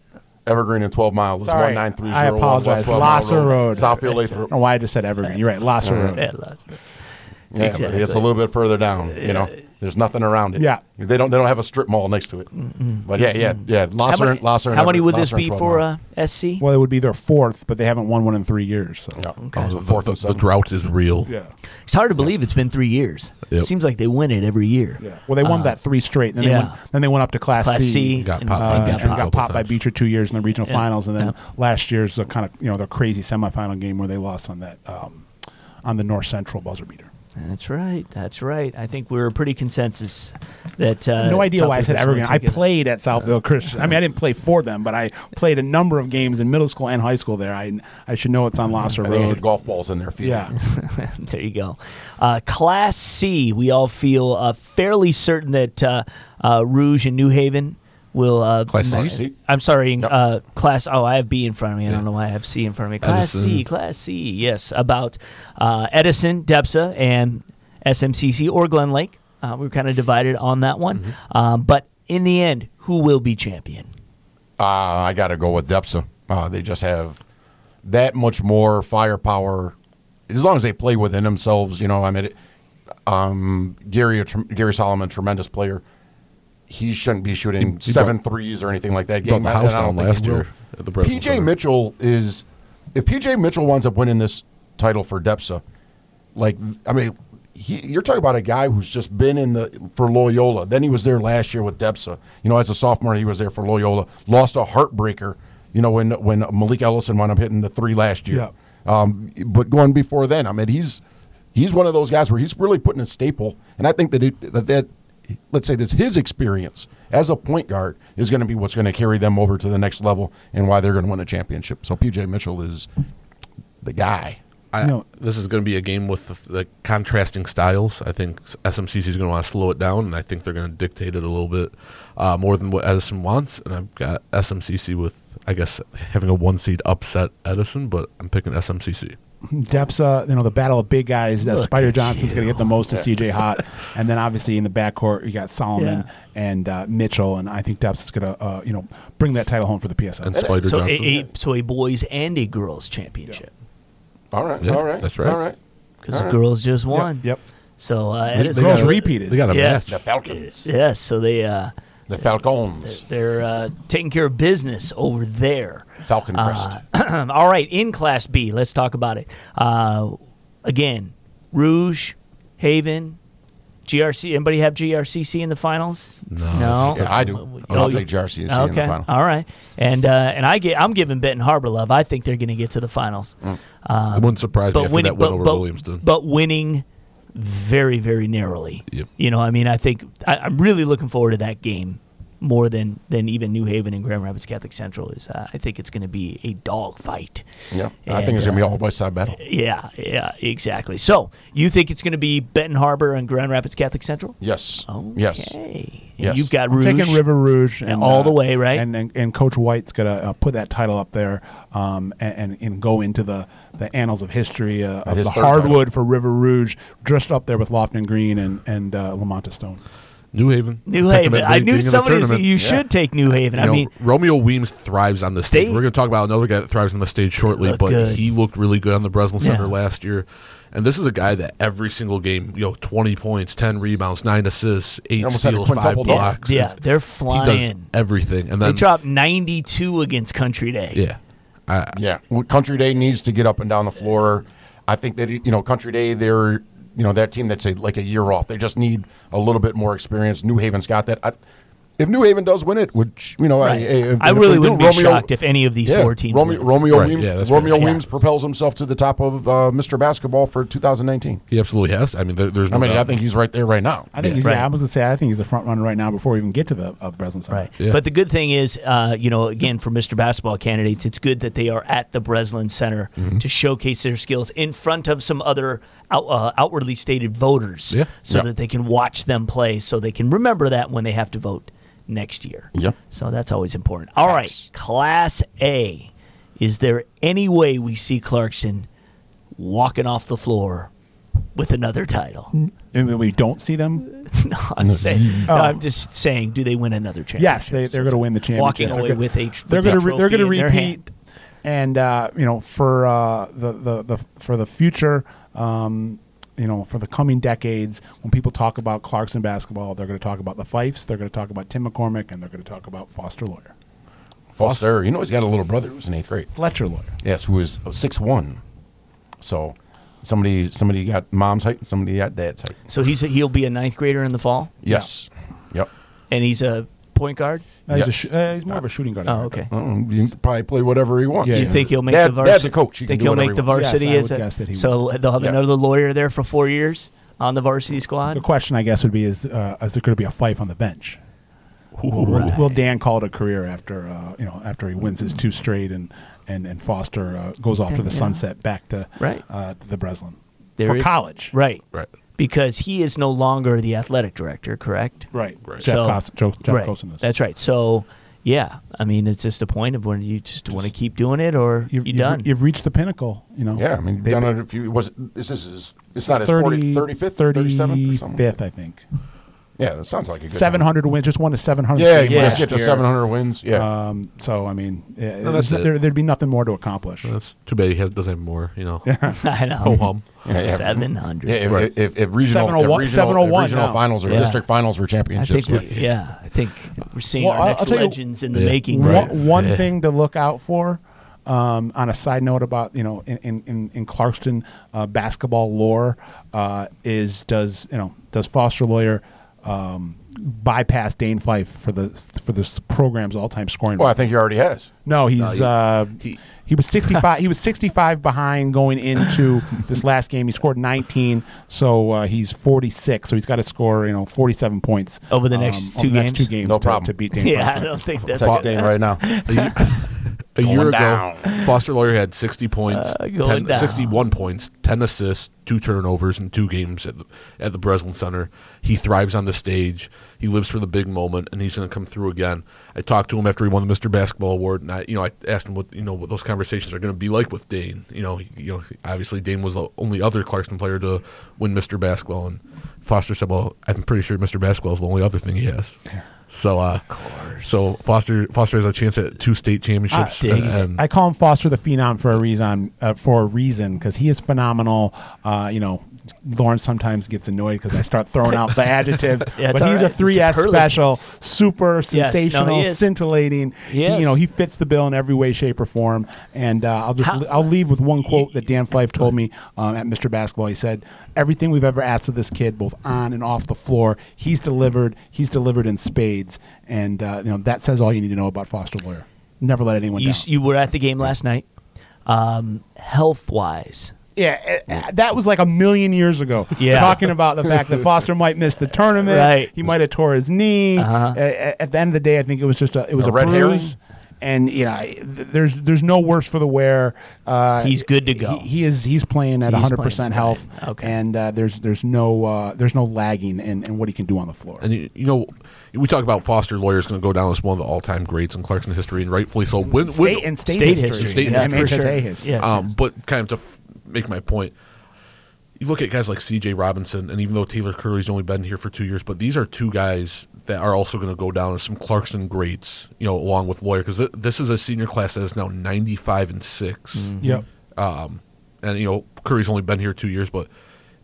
Speaker 3: Evergreen and 12 miles. It's
Speaker 2: Sorry,
Speaker 3: 19301
Speaker 2: I apologize.
Speaker 3: West 12 Mile
Speaker 2: Lassa Road.
Speaker 3: Southfield
Speaker 2: I
Speaker 3: Lathrop.
Speaker 2: don't know why I just said Evergreen. You're right, Lassa Road.
Speaker 1: Yeah, lots.
Speaker 3: Yeah, but it's a
Speaker 1: Exactly.
Speaker 3: little bit further down. You know, there's nothing around it.
Speaker 2: Yeah.
Speaker 3: they don't they don't have a strip mall next to it. But yeah, yeah, yeah.
Speaker 1: How
Speaker 3: Losser,
Speaker 1: many,
Speaker 3: Losser.
Speaker 1: how many would this be for uh, SC?
Speaker 2: Well, it would be their fourth, but they haven't won one in three years. So.
Speaker 1: uh,
Speaker 4: Oh, the,
Speaker 3: fourth
Speaker 4: the-
Speaker 3: and
Speaker 4: the
Speaker 3: seventh.
Speaker 4: drought is real.
Speaker 2: Yeah.
Speaker 1: It's hard to believe it's been three years.
Speaker 4: Yep.
Speaker 1: Seems like they win it every year.
Speaker 2: Yeah. Well, they won that three straight. Then
Speaker 1: Uh, yeah.
Speaker 2: they went, then they went up to Class,
Speaker 1: Class C
Speaker 4: Got
Speaker 1: and,
Speaker 4: popped
Speaker 2: uh,
Speaker 4: by
Speaker 1: and
Speaker 2: and got
Speaker 4: Couple
Speaker 2: popped by
Speaker 4: times.
Speaker 2: Beecher two years in the regional finals, and then
Speaker 1: Yeah.
Speaker 2: last year's the kind of you know the crazy semifinal game where they lost on that um, on the North Central buzzer beater.
Speaker 1: That's right. That's right. I think we were pretty consensus that uh,
Speaker 2: no idea why I
Speaker 1: Southfield
Speaker 2: said
Speaker 1: was gonna
Speaker 2: Evergreen. I
Speaker 1: take it.
Speaker 2: played at Southfield Christian. I mean, I didn't play for them, but I played a number of games in middle school and high school there. I I should know it's on
Speaker 1: Uh-huh.
Speaker 2: Lasser
Speaker 3: And they
Speaker 2: Road.
Speaker 3: had golf balls in their field.
Speaker 2: Yeah.
Speaker 1: *laughs* there you go. Uh, Class C, we all feel uh, fairly certain that uh, uh, Rouge and New Haven will. Uh,
Speaker 4: Class C?
Speaker 1: ma-
Speaker 3: C.
Speaker 1: I'm sorry, in
Speaker 3: Yep.
Speaker 1: uh, Class. Oh, I have B in front of me. I don't know why I have C in front of me. Class C,
Speaker 4: Edison.
Speaker 1: Class C. Yes, about uh, Edison, Depsa, and SMCC or Glen Lake. Uh, we were kind of divided on that one,
Speaker 4: Mm-hmm.
Speaker 1: um, but in the end, who will be champion?
Speaker 3: Uh, I got to go with Depsa. Uh, they just have that much more firepower. As long as they play within themselves, you know. I mean, it- um, Gary Gary Solomon, tremendous player. He shouldn't be shooting
Speaker 4: he
Speaker 3: seven
Speaker 4: brought-
Speaker 3: threes or anything like that.
Speaker 4: he brought
Speaker 3: Game
Speaker 4: the
Speaker 3: I- and
Speaker 4: house
Speaker 3: I don't
Speaker 4: down
Speaker 3: think he
Speaker 4: last
Speaker 3: will.
Speaker 4: year at the Breslin
Speaker 3: PJ
Speaker 4: Center.
Speaker 3: Mitchell is. If PJ Mitchell winds up winning this title for Depsa, like I mean, he, you're talking about a guy who's just been in the for Loyola. Then he was there last year with Depsa. You know, as a sophomore, he was there for Loyola. Lost a heartbreaker. You know, when when Malik Ellison wound up hitting the three last year. Um, but going before then, I mean, he's he's one of those guys where he's really putting a staple. And I think that it, that, that let's say this his experience as a point guard is going to be what's going to carry them over to the next level and why they're going to win a championship. So PJ Mitchell is the guy.
Speaker 4: I,
Speaker 2: No.
Speaker 4: This is going to be a game with the, the contrasting styles. I think SMCC is going to want to slow it down, and I think they're going to dictate it a little bit uh, more than what Edison wants. And I've got SMCC with, I guess, having a one seed upset Edison, but I'm picking SMCC.
Speaker 2: Depsa, uh, you know, the battle of big guys. That
Speaker 1: Look
Speaker 2: Spider
Speaker 1: at
Speaker 2: Johnson's
Speaker 1: you.
Speaker 2: going to get the most of
Speaker 1: *laughs*
Speaker 2: CJ Hot, and then obviously in the backcourt you got Solomon
Speaker 1: Yeah.
Speaker 2: and uh, Mitchell, and I think Depsa's going to uh, you know bring that title home for the PSL.
Speaker 4: And Spider
Speaker 1: So a,
Speaker 4: Johnson.
Speaker 1: a- so a boys and a girls championship
Speaker 3: All right,
Speaker 4: Yeah,
Speaker 3: all right,
Speaker 4: that's right.
Speaker 3: all right.
Speaker 1: because the girls just won.
Speaker 2: Yep.
Speaker 1: So uh, Edison
Speaker 2: Girls
Speaker 4: got a-
Speaker 2: repeated.
Speaker 4: They got a
Speaker 1: Yes.
Speaker 3: The
Speaker 4: match.
Speaker 3: Falcons,
Speaker 1: Yes, so they uh,
Speaker 3: the Falcons,
Speaker 1: they're uh, taking care of business over there.
Speaker 3: Falcon Crest.
Speaker 1: Uh, *clears throat* all right, in Class B, let's talk about it. Uh, again, Rouge, Haven, GRC. Anybody have GRCC in the finals? No,
Speaker 3: Yeah, I do. I'll
Speaker 1: you-
Speaker 3: take GRCC in the
Speaker 1: okay.
Speaker 3: final.
Speaker 1: All right, and uh, and I get I'm giving Benton Harbor love. I think they're going to get to the finals.
Speaker 3: Mm.
Speaker 4: it wouldn't surprise me
Speaker 1: but
Speaker 4: after
Speaker 1: winning,
Speaker 4: that win
Speaker 1: but,
Speaker 4: over
Speaker 1: but-
Speaker 4: Williamston.
Speaker 1: but winning very, very narrowly.
Speaker 4: Yep.
Speaker 1: You know, I mean, I think I, I'm really looking forward to that game more than than even New Haven and Grand Rapids Catholic Central is. Uh, I think it's going to be a dogfight.
Speaker 3: Yeah, I think it's
Speaker 1: And,
Speaker 3: gonna be
Speaker 1: uh,
Speaker 3: all West Side battle.
Speaker 1: Yeah, yeah, exactly. So you think it's going to be Benton Harbor and Grand Rapids Catholic Central?
Speaker 3: Yes.
Speaker 1: Okay.
Speaker 3: Yes.
Speaker 1: And
Speaker 3: Yes.
Speaker 1: You've got
Speaker 2: I'm
Speaker 1: Rouge.
Speaker 2: Taking River Rouge uh,
Speaker 1: And all the way, right?
Speaker 2: And and, and Coach White's gonna uh, put that title up there, um, and, and and go into the the annals of history uh, of
Speaker 3: his
Speaker 2: the
Speaker 3: third title.
Speaker 2: hardwood for River Rouge, just up there with Lofton Green and and uh, Lamonta Stone.
Speaker 4: New Haven.
Speaker 1: New
Speaker 4: Pick 'em
Speaker 1: Haven.
Speaker 4: at
Speaker 1: I
Speaker 4: big
Speaker 1: knew
Speaker 4: beginning of the
Speaker 1: somebody was,
Speaker 4: tournament.
Speaker 1: you should take New Haven. I
Speaker 4: You know,
Speaker 1: mean,
Speaker 4: Romeo Weems thrives on the stage.
Speaker 1: They-
Speaker 4: We're going to talk about another guy that thrives on the stage shortly,
Speaker 1: Look
Speaker 4: but
Speaker 1: good.
Speaker 4: he looked really good on the Breslin Center
Speaker 1: Yeah.
Speaker 4: last year. And this is a guy that every single game, you know, twenty points, ten rebounds, nine assists, eight
Speaker 3: almost had a
Speaker 4: steals, five
Speaker 3: quintuple double.
Speaker 4: blocks.
Speaker 1: Yeah,
Speaker 4: It's-
Speaker 1: they're
Speaker 4: He does
Speaker 1: flying.
Speaker 4: everything, and
Speaker 1: they
Speaker 4: then
Speaker 1: dropped 92 against Country Day.
Speaker 4: yeah,
Speaker 3: Yeah. Well, Country Day needs to get up and down the floor. I think that you know Country Day, they're you know that team that's a, like a year off. They just need a little bit more experience. New Haven's got that. I, if New Haven does win it, which you know, I, I, if-
Speaker 1: I
Speaker 3: if
Speaker 1: really
Speaker 3: they do,
Speaker 1: wouldn't be
Speaker 3: Romeo-
Speaker 1: shocked if any of these four teams.
Speaker 3: Romeo,
Speaker 1: win.
Speaker 3: Romeo
Speaker 4: Right,
Speaker 3: Weems,
Speaker 4: yeah, that's
Speaker 3: Romeo
Speaker 4: right.
Speaker 3: Weems propels himself to the top of uh, Mr. Basketball for 2019.
Speaker 4: he absolutely has. I mean, there, there's. No
Speaker 3: I mean, I
Speaker 4: doubt.
Speaker 3: think he's right there right now.
Speaker 2: I think he's.
Speaker 1: Right.
Speaker 2: Yeah, I was gonna say. I think he's the front runner right now before we even get to the uh, Breslin Center.
Speaker 1: Right.
Speaker 4: Yeah.
Speaker 1: But the good thing is, uh, you know, again, for Mr. Basketball candidates, it's good that they are at the Breslin Center
Speaker 3: Mm-hmm.
Speaker 1: to showcase their skills in front of some other out, uh, outwardly stated voters
Speaker 4: Yeah.
Speaker 1: so
Speaker 3: Yeah.
Speaker 1: that they can watch them play so they can remember that when they have to vote next year.
Speaker 3: Yep.
Speaker 1: So that's always important. All right,
Speaker 3: Facts.
Speaker 1: Class A. Is there any way we see Clarkson walking off the floor with another title?
Speaker 2: And we don't see them.
Speaker 1: *laughs* No, I'm saying.
Speaker 2: *laughs*
Speaker 1: no, I'm just saying. Do they win another championship?
Speaker 2: Oh. Yes, they, they're going to win the championship.
Speaker 1: Walking
Speaker 2: They're
Speaker 1: away
Speaker 2: gonna-
Speaker 1: with a tr-
Speaker 2: They're
Speaker 1: with
Speaker 2: going
Speaker 1: a
Speaker 2: to. they're going
Speaker 1: trophy
Speaker 2: to
Speaker 1: in their
Speaker 2: repeat.
Speaker 1: hand.
Speaker 2: And uh, you know, for uh, the, the the for the future, um, you know, for the coming decades, when people talk about Clarkson basketball, they're going to talk about the Fifes, they're going to talk about Tim McCormick, and they're going to talk about Foster Lawyer,
Speaker 3: Foster, you know, he's got a little brother who's in eighth grade.
Speaker 2: Fletcher Lawyer.
Speaker 3: Yes, who is six one. So somebody somebody got mom's height and somebody got dad's height.
Speaker 1: So he's a, he'll be a ninth grader in the fall,
Speaker 3: Yes. Yep.
Speaker 1: and he's a point guard.
Speaker 2: Uh, he's,
Speaker 3: Yeah.
Speaker 2: a sh- uh, he's more of a shooting guard.
Speaker 1: Oh, okay.
Speaker 3: Um, you can probably play whatever he wants.
Speaker 2: Yeah,
Speaker 1: Do you
Speaker 2: yeah.
Speaker 1: think he'll make
Speaker 3: Dad-
Speaker 1: the varsity?
Speaker 3: Dad's a coach. He can
Speaker 1: think
Speaker 3: do
Speaker 1: he'll
Speaker 3: whatever
Speaker 1: make the
Speaker 3: he wants.
Speaker 1: varsity?
Speaker 2: Yes, I
Speaker 1: as
Speaker 2: would
Speaker 1: a-
Speaker 2: guess that he
Speaker 1: so they'll have
Speaker 3: Yeah.
Speaker 1: another lawyer there for four years. on the varsity squad?
Speaker 2: The question, I guess, would be: Is uh, is there going to be a fife on the bench? Will, will- will Dan call it a career after uh, you know after he wins his two straight and and and Foster uh, goes off to the sunset back to
Speaker 1: Right.
Speaker 2: uh, to the Breslin
Speaker 1: There
Speaker 2: for
Speaker 1: is-
Speaker 2: college?
Speaker 1: Right.
Speaker 4: Right.
Speaker 1: Because he is no longer the athletic director, correct?
Speaker 2: right,
Speaker 4: Right.
Speaker 2: Jeff,
Speaker 1: So-
Speaker 2: Cos- Joe, Jeff
Speaker 1: right.
Speaker 2: Cosin is.
Speaker 1: That's right. So, yeah, I mean, it's just a point of when you just, want to keep doing it or you're,
Speaker 2: you've, you've,
Speaker 1: done.
Speaker 2: you've reached the pinnacle. You know.
Speaker 3: Yeah, I mean,
Speaker 2: They've
Speaker 3: done
Speaker 2: been
Speaker 3: it if you was it- this is his, it's not his 40, 35th, 37th, or something.
Speaker 2: 35th, I think.
Speaker 3: Yeah, that sounds like a good time.
Speaker 2: Seven hundred wins, just won a seven hundred.
Speaker 3: Yeah, you
Speaker 1: Yeah.
Speaker 3: just get to seven hundred wins. Yeah,
Speaker 2: Um, so I mean, yeah,
Speaker 4: No, that's
Speaker 2: there's-
Speaker 4: it.
Speaker 2: there, there'd be nothing more to accomplish.
Speaker 4: *laughs* That's too bad he has, doesn't have more,
Speaker 3: *laughs*
Speaker 4: you know.
Speaker 1: *laughs* I know.
Speaker 4: Oh, hum.
Speaker 3: Yeah, yeah.
Speaker 1: 700.
Speaker 3: yeah. If, if, if regional,
Speaker 2: 701
Speaker 3: if regional, if
Speaker 2: 701
Speaker 3: regional
Speaker 2: now.
Speaker 3: finals or
Speaker 1: Yeah.
Speaker 3: district finals or
Speaker 1: I
Speaker 3: championships.
Speaker 1: think,
Speaker 3: Yeah.
Speaker 1: we, yeah, I think we're seeing
Speaker 2: Well,
Speaker 1: our
Speaker 2: I'll-
Speaker 1: next
Speaker 2: I'll tell you-
Speaker 1: legends in the
Speaker 4: Yeah.
Speaker 1: making.
Speaker 4: Right.
Speaker 2: One, one thing to look out for. Um, on a side note about you know in in, in, in Clarkston uh, basketball lore uh, is does you know does Foster Lawyer um, bypass Dane Fife for the for this program's all time scoring?
Speaker 3: Well, I think he already has.
Speaker 2: No, he's uh, he,
Speaker 4: he-
Speaker 2: was sixty five. he was sixty five behind going into this last game. He scored nineteen, so uh, he's forty six. So he's got to score you know forty seven points um,
Speaker 1: Over the next
Speaker 2: over
Speaker 1: two
Speaker 2: the next
Speaker 1: games?
Speaker 2: two games.
Speaker 3: No
Speaker 2: to,
Speaker 3: problem.
Speaker 2: to beat
Speaker 1: *laughs* *laughs*
Speaker 2: Dane.
Speaker 1: Yeah, I
Speaker 2: Fife.
Speaker 1: don't think that's good.
Speaker 3: Text Dane
Speaker 1: *laughs*
Speaker 3: right now.
Speaker 4: A year, *laughs* a year ago,
Speaker 3: down.
Speaker 4: Foster Lawyer had 60 points,
Speaker 1: Uh, going
Speaker 4: 10,
Speaker 1: down.
Speaker 4: 61 points, 10 assists, two turnovers, and two games at the, at the Breslin Center. He thrives on the stage. He lives for the big moment, and he's going to come through again. I talked to him after he won the Mr. Basketball Award, and I, you know, I asked him what you know what those conversations are going to be like with Dane. You know, he- you know, obviously Dane was the only other Clarkston player to win Mr. Basketball, and Foster said, "Well, I'm pretty sure Mr. Basketball is the only other thing he has." So, uh, so Foster Foster has a chance at two state championships.
Speaker 1: Ah, dang
Speaker 4: and-
Speaker 1: it.
Speaker 4: and-
Speaker 2: I call him Foster the Phenom for a reason. Uh, for a reason, because he is phenomenal. Uh, you know, Lawrence sometimes gets annoyed because I start throwing out
Speaker 1: *laughs*
Speaker 2: the adjectives,
Speaker 1: Yeah, it's
Speaker 2: but
Speaker 1: all
Speaker 2: he's a
Speaker 1: right.
Speaker 2: three S
Speaker 1: Superlatives.
Speaker 2: special, super
Speaker 1: Yes, no, he
Speaker 2: sensational,
Speaker 1: is.
Speaker 2: scintillating.
Speaker 1: He
Speaker 2: you
Speaker 1: is.
Speaker 2: know, he fits the bill in every way, shape, or form. And uh, I'll just
Speaker 1: How-
Speaker 2: I'll leave with one quote that Dan Fife told me um, at Mr. Basketball. He said, "Everything we've ever asked of this kid, both on and off the floor, he's delivered. He's delivered in spades, and uh, you know that says all you need to know about Foster Lawyer." Never let anyone
Speaker 1: You,
Speaker 2: down.
Speaker 1: you were at the game last night. Um, health wise,
Speaker 2: Yeah, uh, uh, that was like a million years ago.
Speaker 1: Yeah.
Speaker 2: Talking about the fact that Foster might miss the tournament.
Speaker 1: Right. Uh-huh.
Speaker 2: He might have tore his knee. A- a- at the end of the day, I think it was just a it was a,
Speaker 3: A red herring?
Speaker 2: bruise. And you know, I- th- there's there's no worse for the wear. Uh,
Speaker 1: He's good to go.
Speaker 2: He, he is he's playing at
Speaker 1: He's
Speaker 2: 100 percent
Speaker 1: playing,
Speaker 2: health.
Speaker 1: right. Okay.
Speaker 2: And uh, there's there's no uh, there's no lagging in, in what he can do on the floor.
Speaker 4: And you, you know, we talk about Foster Lawyer is going to go down as one of the all-time greats in Clarkson history, and rightfully so. When,
Speaker 2: state and state,
Speaker 1: state
Speaker 2: history.
Speaker 1: history.
Speaker 4: State
Speaker 2: Yeah,
Speaker 4: history.
Speaker 2: MHSA
Speaker 1: Sure.
Speaker 2: history.
Speaker 1: Yes,
Speaker 4: um,
Speaker 1: yes.
Speaker 4: but kind of to f- make my point, you look at guys like C.J. Robinson, and even though Taylor Curley's only been here for two years, but these are two guys that are also going to go down as some Clarkson greats, you know, along with Lawyer, because th- this is a senior class that is now ninety-five and 6
Speaker 2: Yep.
Speaker 4: um, and you know Curry's only been here two years, but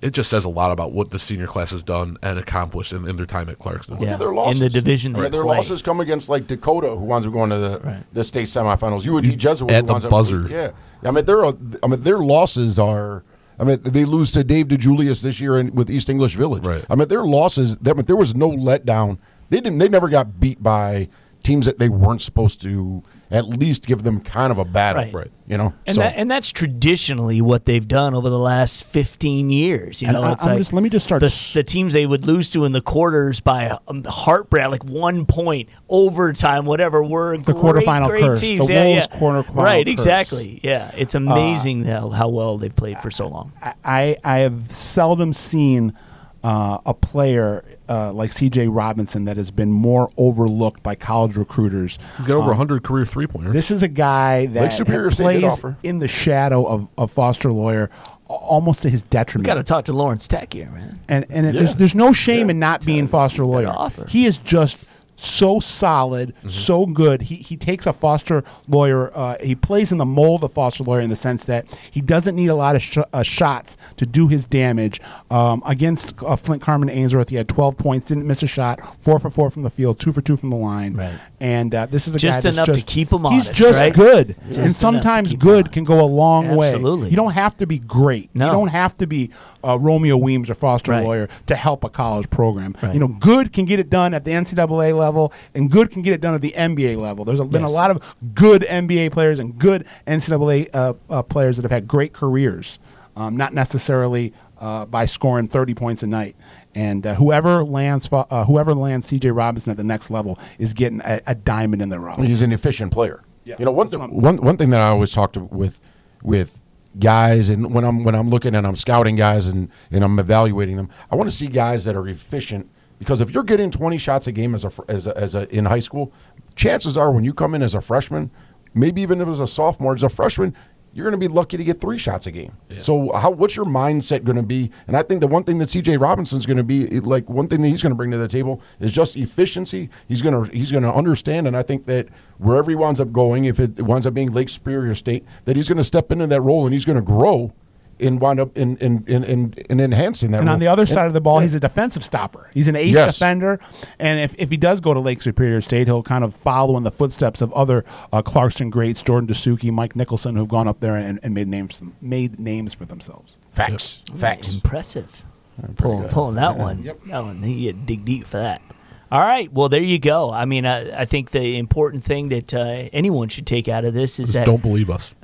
Speaker 4: it just says a lot about what the senior class has done and accomplished in, in their time at Clarkston.
Speaker 1: Yeah.
Speaker 3: Yeah, their
Speaker 1: in
Speaker 3: losses.
Speaker 1: the division
Speaker 3: Yeah,
Speaker 1: they
Speaker 3: their
Speaker 1: play.
Speaker 3: losses come against like Dakota, who winds up going to the, the state semifinals. UD Jesuit
Speaker 4: at
Speaker 3: who
Speaker 4: the
Speaker 3: winds up-
Speaker 4: buzzer.
Speaker 3: Yeah, I mean their I mean their losses are. I mean they lose to Dave DeJulius this year in, with East English Village.
Speaker 4: Right.
Speaker 3: I mean their losses. That mean, there was no letdown. They didn't. They never got beat by teams that they weren't supposed to. At least give them kind of a battle.
Speaker 1: Right. Right.
Speaker 3: You know.
Speaker 1: and
Speaker 3: So-
Speaker 1: that, and that's traditionally what they've done over the last fifteen years. You
Speaker 2: And
Speaker 1: know,
Speaker 2: I-
Speaker 1: it's
Speaker 2: I'm
Speaker 1: like
Speaker 2: just- let me just start
Speaker 1: the,
Speaker 2: s-
Speaker 1: the teams they would lose to in the quarters by um, heartbreak, like one point, overtime, whatever. Were
Speaker 2: The
Speaker 1: great,
Speaker 2: quarterfinal
Speaker 1: great
Speaker 2: curse,
Speaker 1: teams.
Speaker 2: the
Speaker 1: yeah,
Speaker 2: Wolves
Speaker 1: yeah.
Speaker 2: quarterfinal
Speaker 1: Right,
Speaker 2: curse. Uh,
Speaker 1: exactly. Yeah, it's amazing how, how well they've played for so long.
Speaker 2: I, I have seldom seen uh, a player uh, like C.J. Robinson that has been more overlooked by college recruiters.
Speaker 4: He's got over 100 career three-pointers.
Speaker 2: This is a guy that
Speaker 3: Lake Superior State did
Speaker 2: plays
Speaker 3: offer.
Speaker 2: in the shadow of, of Foster Lawyer, a- almost to his detriment.
Speaker 1: Got to talk to Lawrence Tech here, man.
Speaker 2: and and it- there's, there's no shame in not being Foster Lawyer.
Speaker 1: offer. Mm-hmm.
Speaker 2: He is just so solid, so good. He he takes a Foster Lawyer. Uh, he plays in the mold of Foster Lawyer in the sense that he doesn't need a lot of sh- uh, shots to do his damage. Um, against uh, Flint Carmen Ainsworth, he had 12 points, didn't miss a shot, four for four from the field, two for two from the line.
Speaker 1: Right.
Speaker 2: And uh, this is a
Speaker 1: Just
Speaker 2: guy that's
Speaker 1: enough to
Speaker 2: just-
Speaker 1: keep him
Speaker 2: He's
Speaker 1: honest,
Speaker 2: just
Speaker 1: right?
Speaker 2: good,
Speaker 1: Just enough
Speaker 2: and
Speaker 1: to
Speaker 2: sometimes
Speaker 1: keep him
Speaker 2: good
Speaker 1: honest.
Speaker 2: can go a long way.
Speaker 1: Absolutely.
Speaker 2: You don't have to be great.
Speaker 1: No.
Speaker 2: You don't have to be uh, Romeo Weems or Foster
Speaker 1: Right.
Speaker 2: Lawyer to help a college program.
Speaker 1: Right.
Speaker 2: You know, good can get it done at the NCAA level, and good can get it done at the NBA level. There's been a
Speaker 1: Yes.
Speaker 2: lot of good NBA players and good NCAA uh, uh, players that have had great careers, um, not necessarily. uh, by scoring 30 points a night. And uh, whoever lands fa- uh, whoever lands C.J. Robinson at the next level is getting a, a diamond in the rough.
Speaker 3: He's an efficient player.
Speaker 2: Yeah,
Speaker 3: you know, one,
Speaker 2: that's
Speaker 3: th-
Speaker 2: what I'm-
Speaker 3: one one thing that I always talk to with with guys, and when I'm when I'm looking and I'm scouting guys and and I'm evaluating them, I want to see guys that are efficient because if you're getting 20 shots a game as a fr- as a, as a in high school, chances are when you come in as a freshman, maybe even if as a sophomore, as a freshman. You're going to be lucky to get three shots a game. So, how what's your mindset going to be? And I think the one thing that C.J. Robinson's going to be like one thing that he's going to bring to the table is just efficiency. He's going to he's going to understand, and I think that wherever he winds up going, if it winds up being Lake Superior State, that he's going to step into that role and he's going to grow and wind up in in in, in, in enhancing that.
Speaker 2: And
Speaker 3: role.
Speaker 2: on the other side of the ball, he's a defensive stopper. He's an ace
Speaker 3: Yes.
Speaker 2: defender. And if, if he does go to Lake Superior State, he'll kind of follow in the footsteps of other uh, Clarkston greats, Jordan Dasuki, Mike Nicholson, who've gone up there and, and made names made names for themselves.
Speaker 3: facts, facts.
Speaker 1: Impressive. Pulling, pulling that one. That one. You had to dig deep for that. All right. Well, there you go. I mean, I, I think the important thing that uh, anyone should take out of this is
Speaker 4: Just
Speaker 1: that
Speaker 4: don't believe us.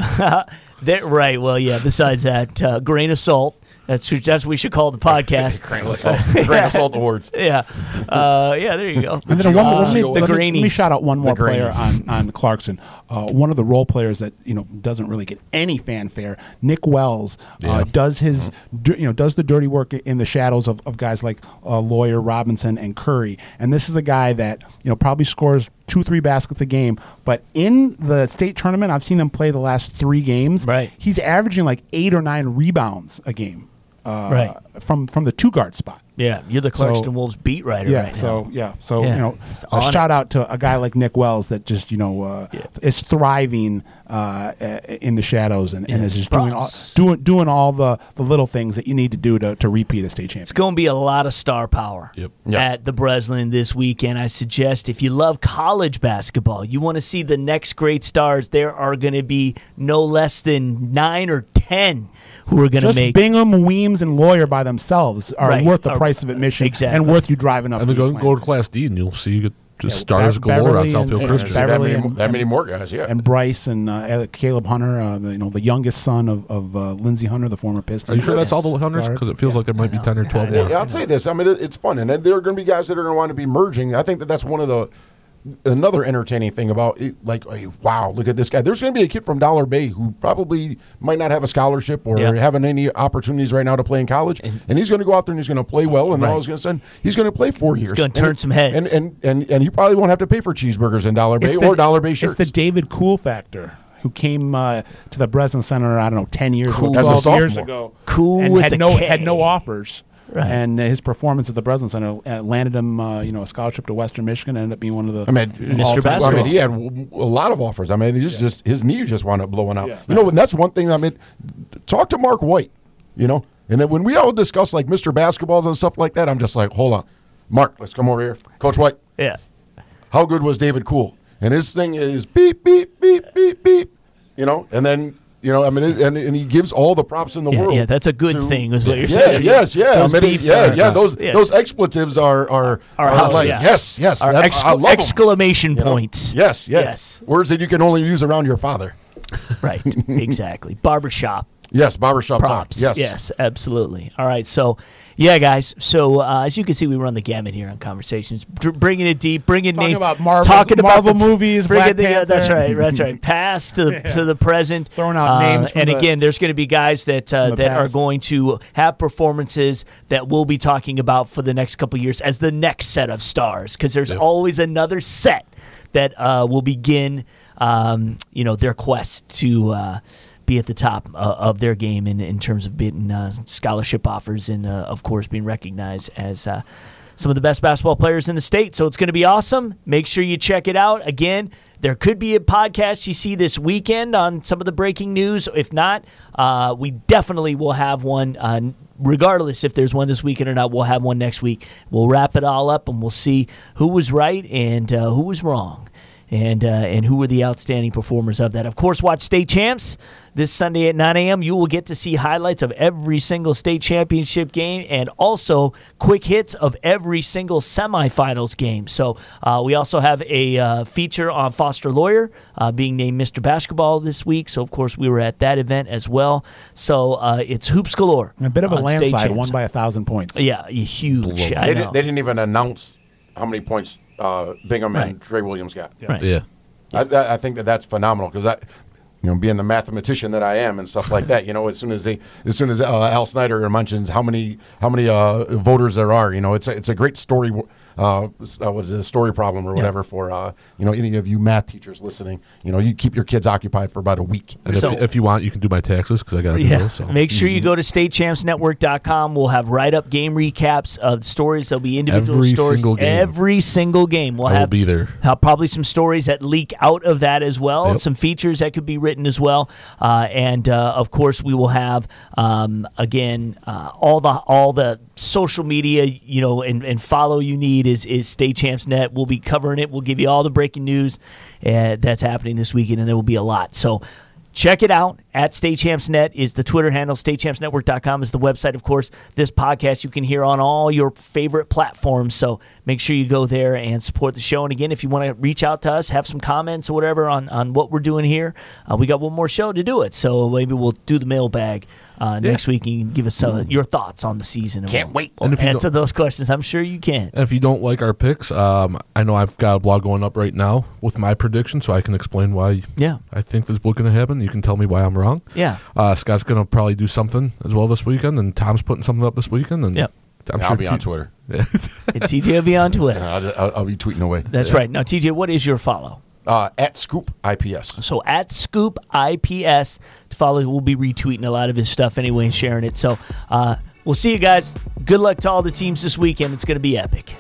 Speaker 1: that right. Well, yeah. Besides that, uh, grain of salt. That's who- that's what we should call the podcast.
Speaker 3: *laughs* Grain of salt, grain of salt awards.
Speaker 1: yeah, uh, yeah. There you go.
Speaker 2: And then one, more- let, me,
Speaker 1: the
Speaker 2: let, me, let me
Speaker 1: Greenies.
Speaker 2: shout out one more
Speaker 3: The Greenies.
Speaker 2: player on, on Clarkson. Uh, one of the role players that you know doesn't really get any fanfare. Nick Wells uh, does his
Speaker 1: Mm-hmm.
Speaker 2: dir- you know does the dirty work in the shadows of, of guys like uh, Lawyer, Robinson, and Curry. And this is a guy that you know probably scores two three baskets a game. But in the state tournament, I've seen him play the last three games.
Speaker 1: Right.
Speaker 2: he's averaging like eight or nine rebounds a game. Uh,
Speaker 1: Right.
Speaker 2: from from the two guard spot.
Speaker 1: Yeah, you're the Clarkston
Speaker 2: So-
Speaker 1: Wolves beat writer
Speaker 2: Yeah.
Speaker 1: right
Speaker 2: so
Speaker 1: now.
Speaker 2: yeah. So
Speaker 1: Yeah.
Speaker 2: you know,
Speaker 1: It's
Speaker 2: a
Speaker 1: on
Speaker 2: shout out to a guy like Nick Wells that just you know uh,
Speaker 1: Yeah.
Speaker 2: is thriving uh, uh, in the shadows and, and
Speaker 1: Yeah,
Speaker 2: is just doing all,
Speaker 1: sprouts.
Speaker 2: doing doing all the, the little things that you need to do to, to repeat a state
Speaker 1: It's
Speaker 2: championship.
Speaker 1: going to be a lot of star power
Speaker 4: Yep.
Speaker 3: Yes.
Speaker 1: at the Breslin this weekend. I suggest if you love college basketball, you want to see the next great stars, there are going to be no less than nine or 10 who are going to
Speaker 2: Just
Speaker 1: make
Speaker 2: Bingham, Weems, and Lawyer by themselves are
Speaker 1: Right.
Speaker 2: worth the
Speaker 1: Are-
Speaker 2: price of admission
Speaker 1: Exactly.
Speaker 2: and worth you driving up.
Speaker 4: And then
Speaker 2: to
Speaker 4: go,
Speaker 2: East
Speaker 4: go to
Speaker 2: Lansing.
Speaker 4: Class D, and you'll see just
Speaker 2: well,
Speaker 4: stars
Speaker 2: Bev-
Speaker 4: galore
Speaker 2: Beverly
Speaker 4: on Southfield
Speaker 2: and-
Speaker 4: Christian.
Speaker 2: Yeah,
Speaker 3: that,
Speaker 2: Beverly
Speaker 3: many,
Speaker 2: and-
Speaker 3: that many more guys, yeah.
Speaker 2: and Bryce and uh, Alec- Caleb Hunter, uh, the, you know the youngest son of, of uh, Lindsey Hunter, the former Pistons.
Speaker 4: Are you sure that's all the hunters?
Speaker 2: guard.
Speaker 4: Because it feels like there might be ten or twelve
Speaker 3: Yeah,
Speaker 4: more.
Speaker 3: I'd say this. I mean, it, it's fun, and there are going to be guys that are going to want to be merging. I think that that's one of the another entertaining thing about it, like, hey, wow, look at this guy. There's going to be a kid from Dollar Bay who probably might not have a scholarship or
Speaker 1: Yeah.
Speaker 3: having any opportunities right now to play in college, and, he's going to go out there and he's going to play well, and
Speaker 1: Right.
Speaker 3: all of a sudden he's going to play four years.
Speaker 1: gonna
Speaker 3: And
Speaker 1: turn
Speaker 3: it-
Speaker 1: some heads.
Speaker 3: and and and and he probably won't have to pay for cheeseburgers in Dollar Bay
Speaker 2: It's
Speaker 3: or
Speaker 2: the-
Speaker 3: Dollar Bay shirts.
Speaker 2: It's the David Cool factor who came uh, to the Breslin Center. I don't know, ten years,
Speaker 1: Cool.
Speaker 2: ago,
Speaker 3: As a
Speaker 2: twelve years
Speaker 3: sophomore.
Speaker 2: ago.
Speaker 1: Cool
Speaker 2: and
Speaker 1: with a
Speaker 2: had no
Speaker 1: K.
Speaker 2: had no offers.
Speaker 1: Right.
Speaker 2: And his performance at the Breslin Center uh, landed him, uh, you know, a scholarship to Western Michigan. and Ended up being one of the
Speaker 3: I mean,
Speaker 1: Mr. Basketball.
Speaker 3: I mean, he had w- a lot of offers. I mean, he's just his knee just wound up blowing out.
Speaker 2: Yeah.
Speaker 3: You know, and that's one thing. I mean, talk to Mark White. You know, and then when we all discuss like Mr. Basketballs and stuff like that, I'm just like, hold on, Mark, let's come over here, Coach White.
Speaker 1: Yeah.
Speaker 3: How good was David Cool? And his thing is beep beep beep beep beep. You know, and then you know, I mean, it, and, and he gives all the props in the
Speaker 1: Yeah,
Speaker 3: world.
Speaker 1: yeah, that's a good
Speaker 3: to-
Speaker 1: thing, is what you're
Speaker 3: yeah,
Speaker 1: saying.
Speaker 3: Yes, yeah,
Speaker 1: Those
Speaker 3: I mean,
Speaker 1: beeps
Speaker 3: yeah,
Speaker 1: are-
Speaker 3: yeah. Those
Speaker 1: Yes.
Speaker 3: those expletives are are,
Speaker 1: Our
Speaker 3: are
Speaker 1: house,
Speaker 3: like
Speaker 1: yeah.
Speaker 3: yes, yes.
Speaker 1: Our
Speaker 3: that's, I
Speaker 1: exc-
Speaker 3: love 'em.
Speaker 1: exclamation
Speaker 3: You know?
Speaker 1: points.
Speaker 3: Yes, yes, Words that you can only use around your father.
Speaker 1: Yes. Right. exactly. Barbershop.
Speaker 3: Yes, barbershop
Speaker 1: props.
Speaker 3: talk. Yes.
Speaker 1: absolutely. All right, so yeah, guys. So uh, as you can see, we run the gamut here on conversations, Dr- bringing it deep, bringing
Speaker 2: Talking
Speaker 1: Nate-
Speaker 2: about Marvel-
Speaker 1: talking about
Speaker 2: Marvel
Speaker 1: the-
Speaker 2: movies,
Speaker 1: bringing
Speaker 2: Black
Speaker 1: the- yeah, that's
Speaker 2: Panther.
Speaker 1: right, that's right. Past
Speaker 2: *laughs*
Speaker 1: to, to the present,
Speaker 2: Throwing out
Speaker 1: Uh,
Speaker 2: names from
Speaker 1: and
Speaker 2: the-
Speaker 1: again, there's going to be guys that uh,
Speaker 2: the
Speaker 1: that are
Speaker 2: past.
Speaker 1: going to have performances that we'll be talking about for the next couple years as the next set of stars, because there's always another set that uh, will begin, um, you know, their quest to. Uh, be at the top uh, of their game in, in terms of getting uh, scholarship offers and, uh, of course, being recognized as uh, some of the best basketball players in the state. So it's going to be awesome. Make sure you check it out. Again, there could be a podcast you see this weekend on some of the breaking news. If not, uh, we definitely will have one. Uh, regardless if there's one this weekend or not, we'll have one next week. We'll wrap it all up and we'll see who was right and uh, who was wrong and uh, and who were the outstanding performers of that. Of course, watch State Champs this Sunday at 9 a.m. You will get to see highlights of every single state championship game and also quick hits of every single semifinals game. So uh, we also have a uh, feature on Foster Lawyer uh, being named Mr. Basketball this week. So of course we were at that event as well. So uh, it's hoops galore.
Speaker 2: And a bit of a
Speaker 1: on State
Speaker 2: landslide,
Speaker 1: Champs.
Speaker 2: won by a thousand points.
Speaker 1: Yeah, huge. I know.
Speaker 3: They, didn't, they didn't even announce how many points uh, Bingham
Speaker 1: Right.
Speaker 3: and Trey Williams got.
Speaker 1: Right.
Speaker 4: Yeah.
Speaker 3: I, that, I think that that's phenomenal because I, you know, being the mathematician that I am and stuff like that, you know, as soon as they, as soon as uh, Al Snyder mentions how many how many uh, voters there are, you know, it's a, it's a great story. Uh, s- uh, what is it, a story problem or whatever for uh, you know any of you math teachers listening? You know, you keep your kids occupied for about a week.
Speaker 4: And if,
Speaker 1: So-
Speaker 4: if you want, you can do my taxes because I got to do
Speaker 1: Yeah.
Speaker 4: those. So. Mm-hmm.
Speaker 1: Make sure you go to statechampsnetwork.com. We'll have write up game recaps of stories. There'll be individual
Speaker 4: Every
Speaker 1: stories.
Speaker 4: single game.
Speaker 1: Every single game. We'll
Speaker 4: I will
Speaker 1: have
Speaker 4: be there.
Speaker 1: uh, probably some stories that leak out of that as well.
Speaker 4: Yep.
Speaker 1: Some features that could be written as well. Uh, and uh, of course, we will have um, again uh, all the all the social media you know and, and follow you need is is State Champs Net. We'll be covering it. We'll give you all the breaking news uh, that's happening this weekend, and there will be a lot. So. Check it out at StateChampsNet is the Twitter handle. StateChampsNetwork.com is the website, of course. This podcast you can hear on all your favorite platforms. So make sure you go there and support the show. And again, if you want to reach out to us, have some comments or whatever on, on what we're doing here, uh, we got one more show to do it. So maybe we'll do the mailbag uh, next week and you can give us uh, your thoughts on the season. And
Speaker 3: Can't
Speaker 1: we'll-
Speaker 3: wait.
Speaker 1: we'll
Speaker 4: And if you
Speaker 1: answer
Speaker 4: don't-
Speaker 1: those questions. I'm sure you can.
Speaker 4: And if you don't like our picks, um, I know I've got a blog going up right now with my prediction, so I can explain why.
Speaker 1: Yeah.
Speaker 4: I think this is what's going to happen. You can tell me why I'm wrong.
Speaker 1: Yeah.
Speaker 4: Uh, Scott's going to probably do something as well this weekend, and Tom's putting something up this weekend, and
Speaker 1: Yep.
Speaker 4: I'm
Speaker 3: I'll
Speaker 4: sure
Speaker 3: be
Speaker 4: T-
Speaker 3: on Twitter.
Speaker 1: And TJ will be on
Speaker 3: You know, *laughs*
Speaker 1: Twitter.
Speaker 3: I'll, just- I'll, I'll be tweeting away
Speaker 1: That's right. Now, TJ, what is your follow?
Speaker 3: uh, at Scoop IPS.
Speaker 1: So at Scoop IPS to follow, we'll be retweeting a lot of his stuff anyway and sharing it. So uh, we'll see you guys. Good luck to all the teams this weekend. It's going to be epic.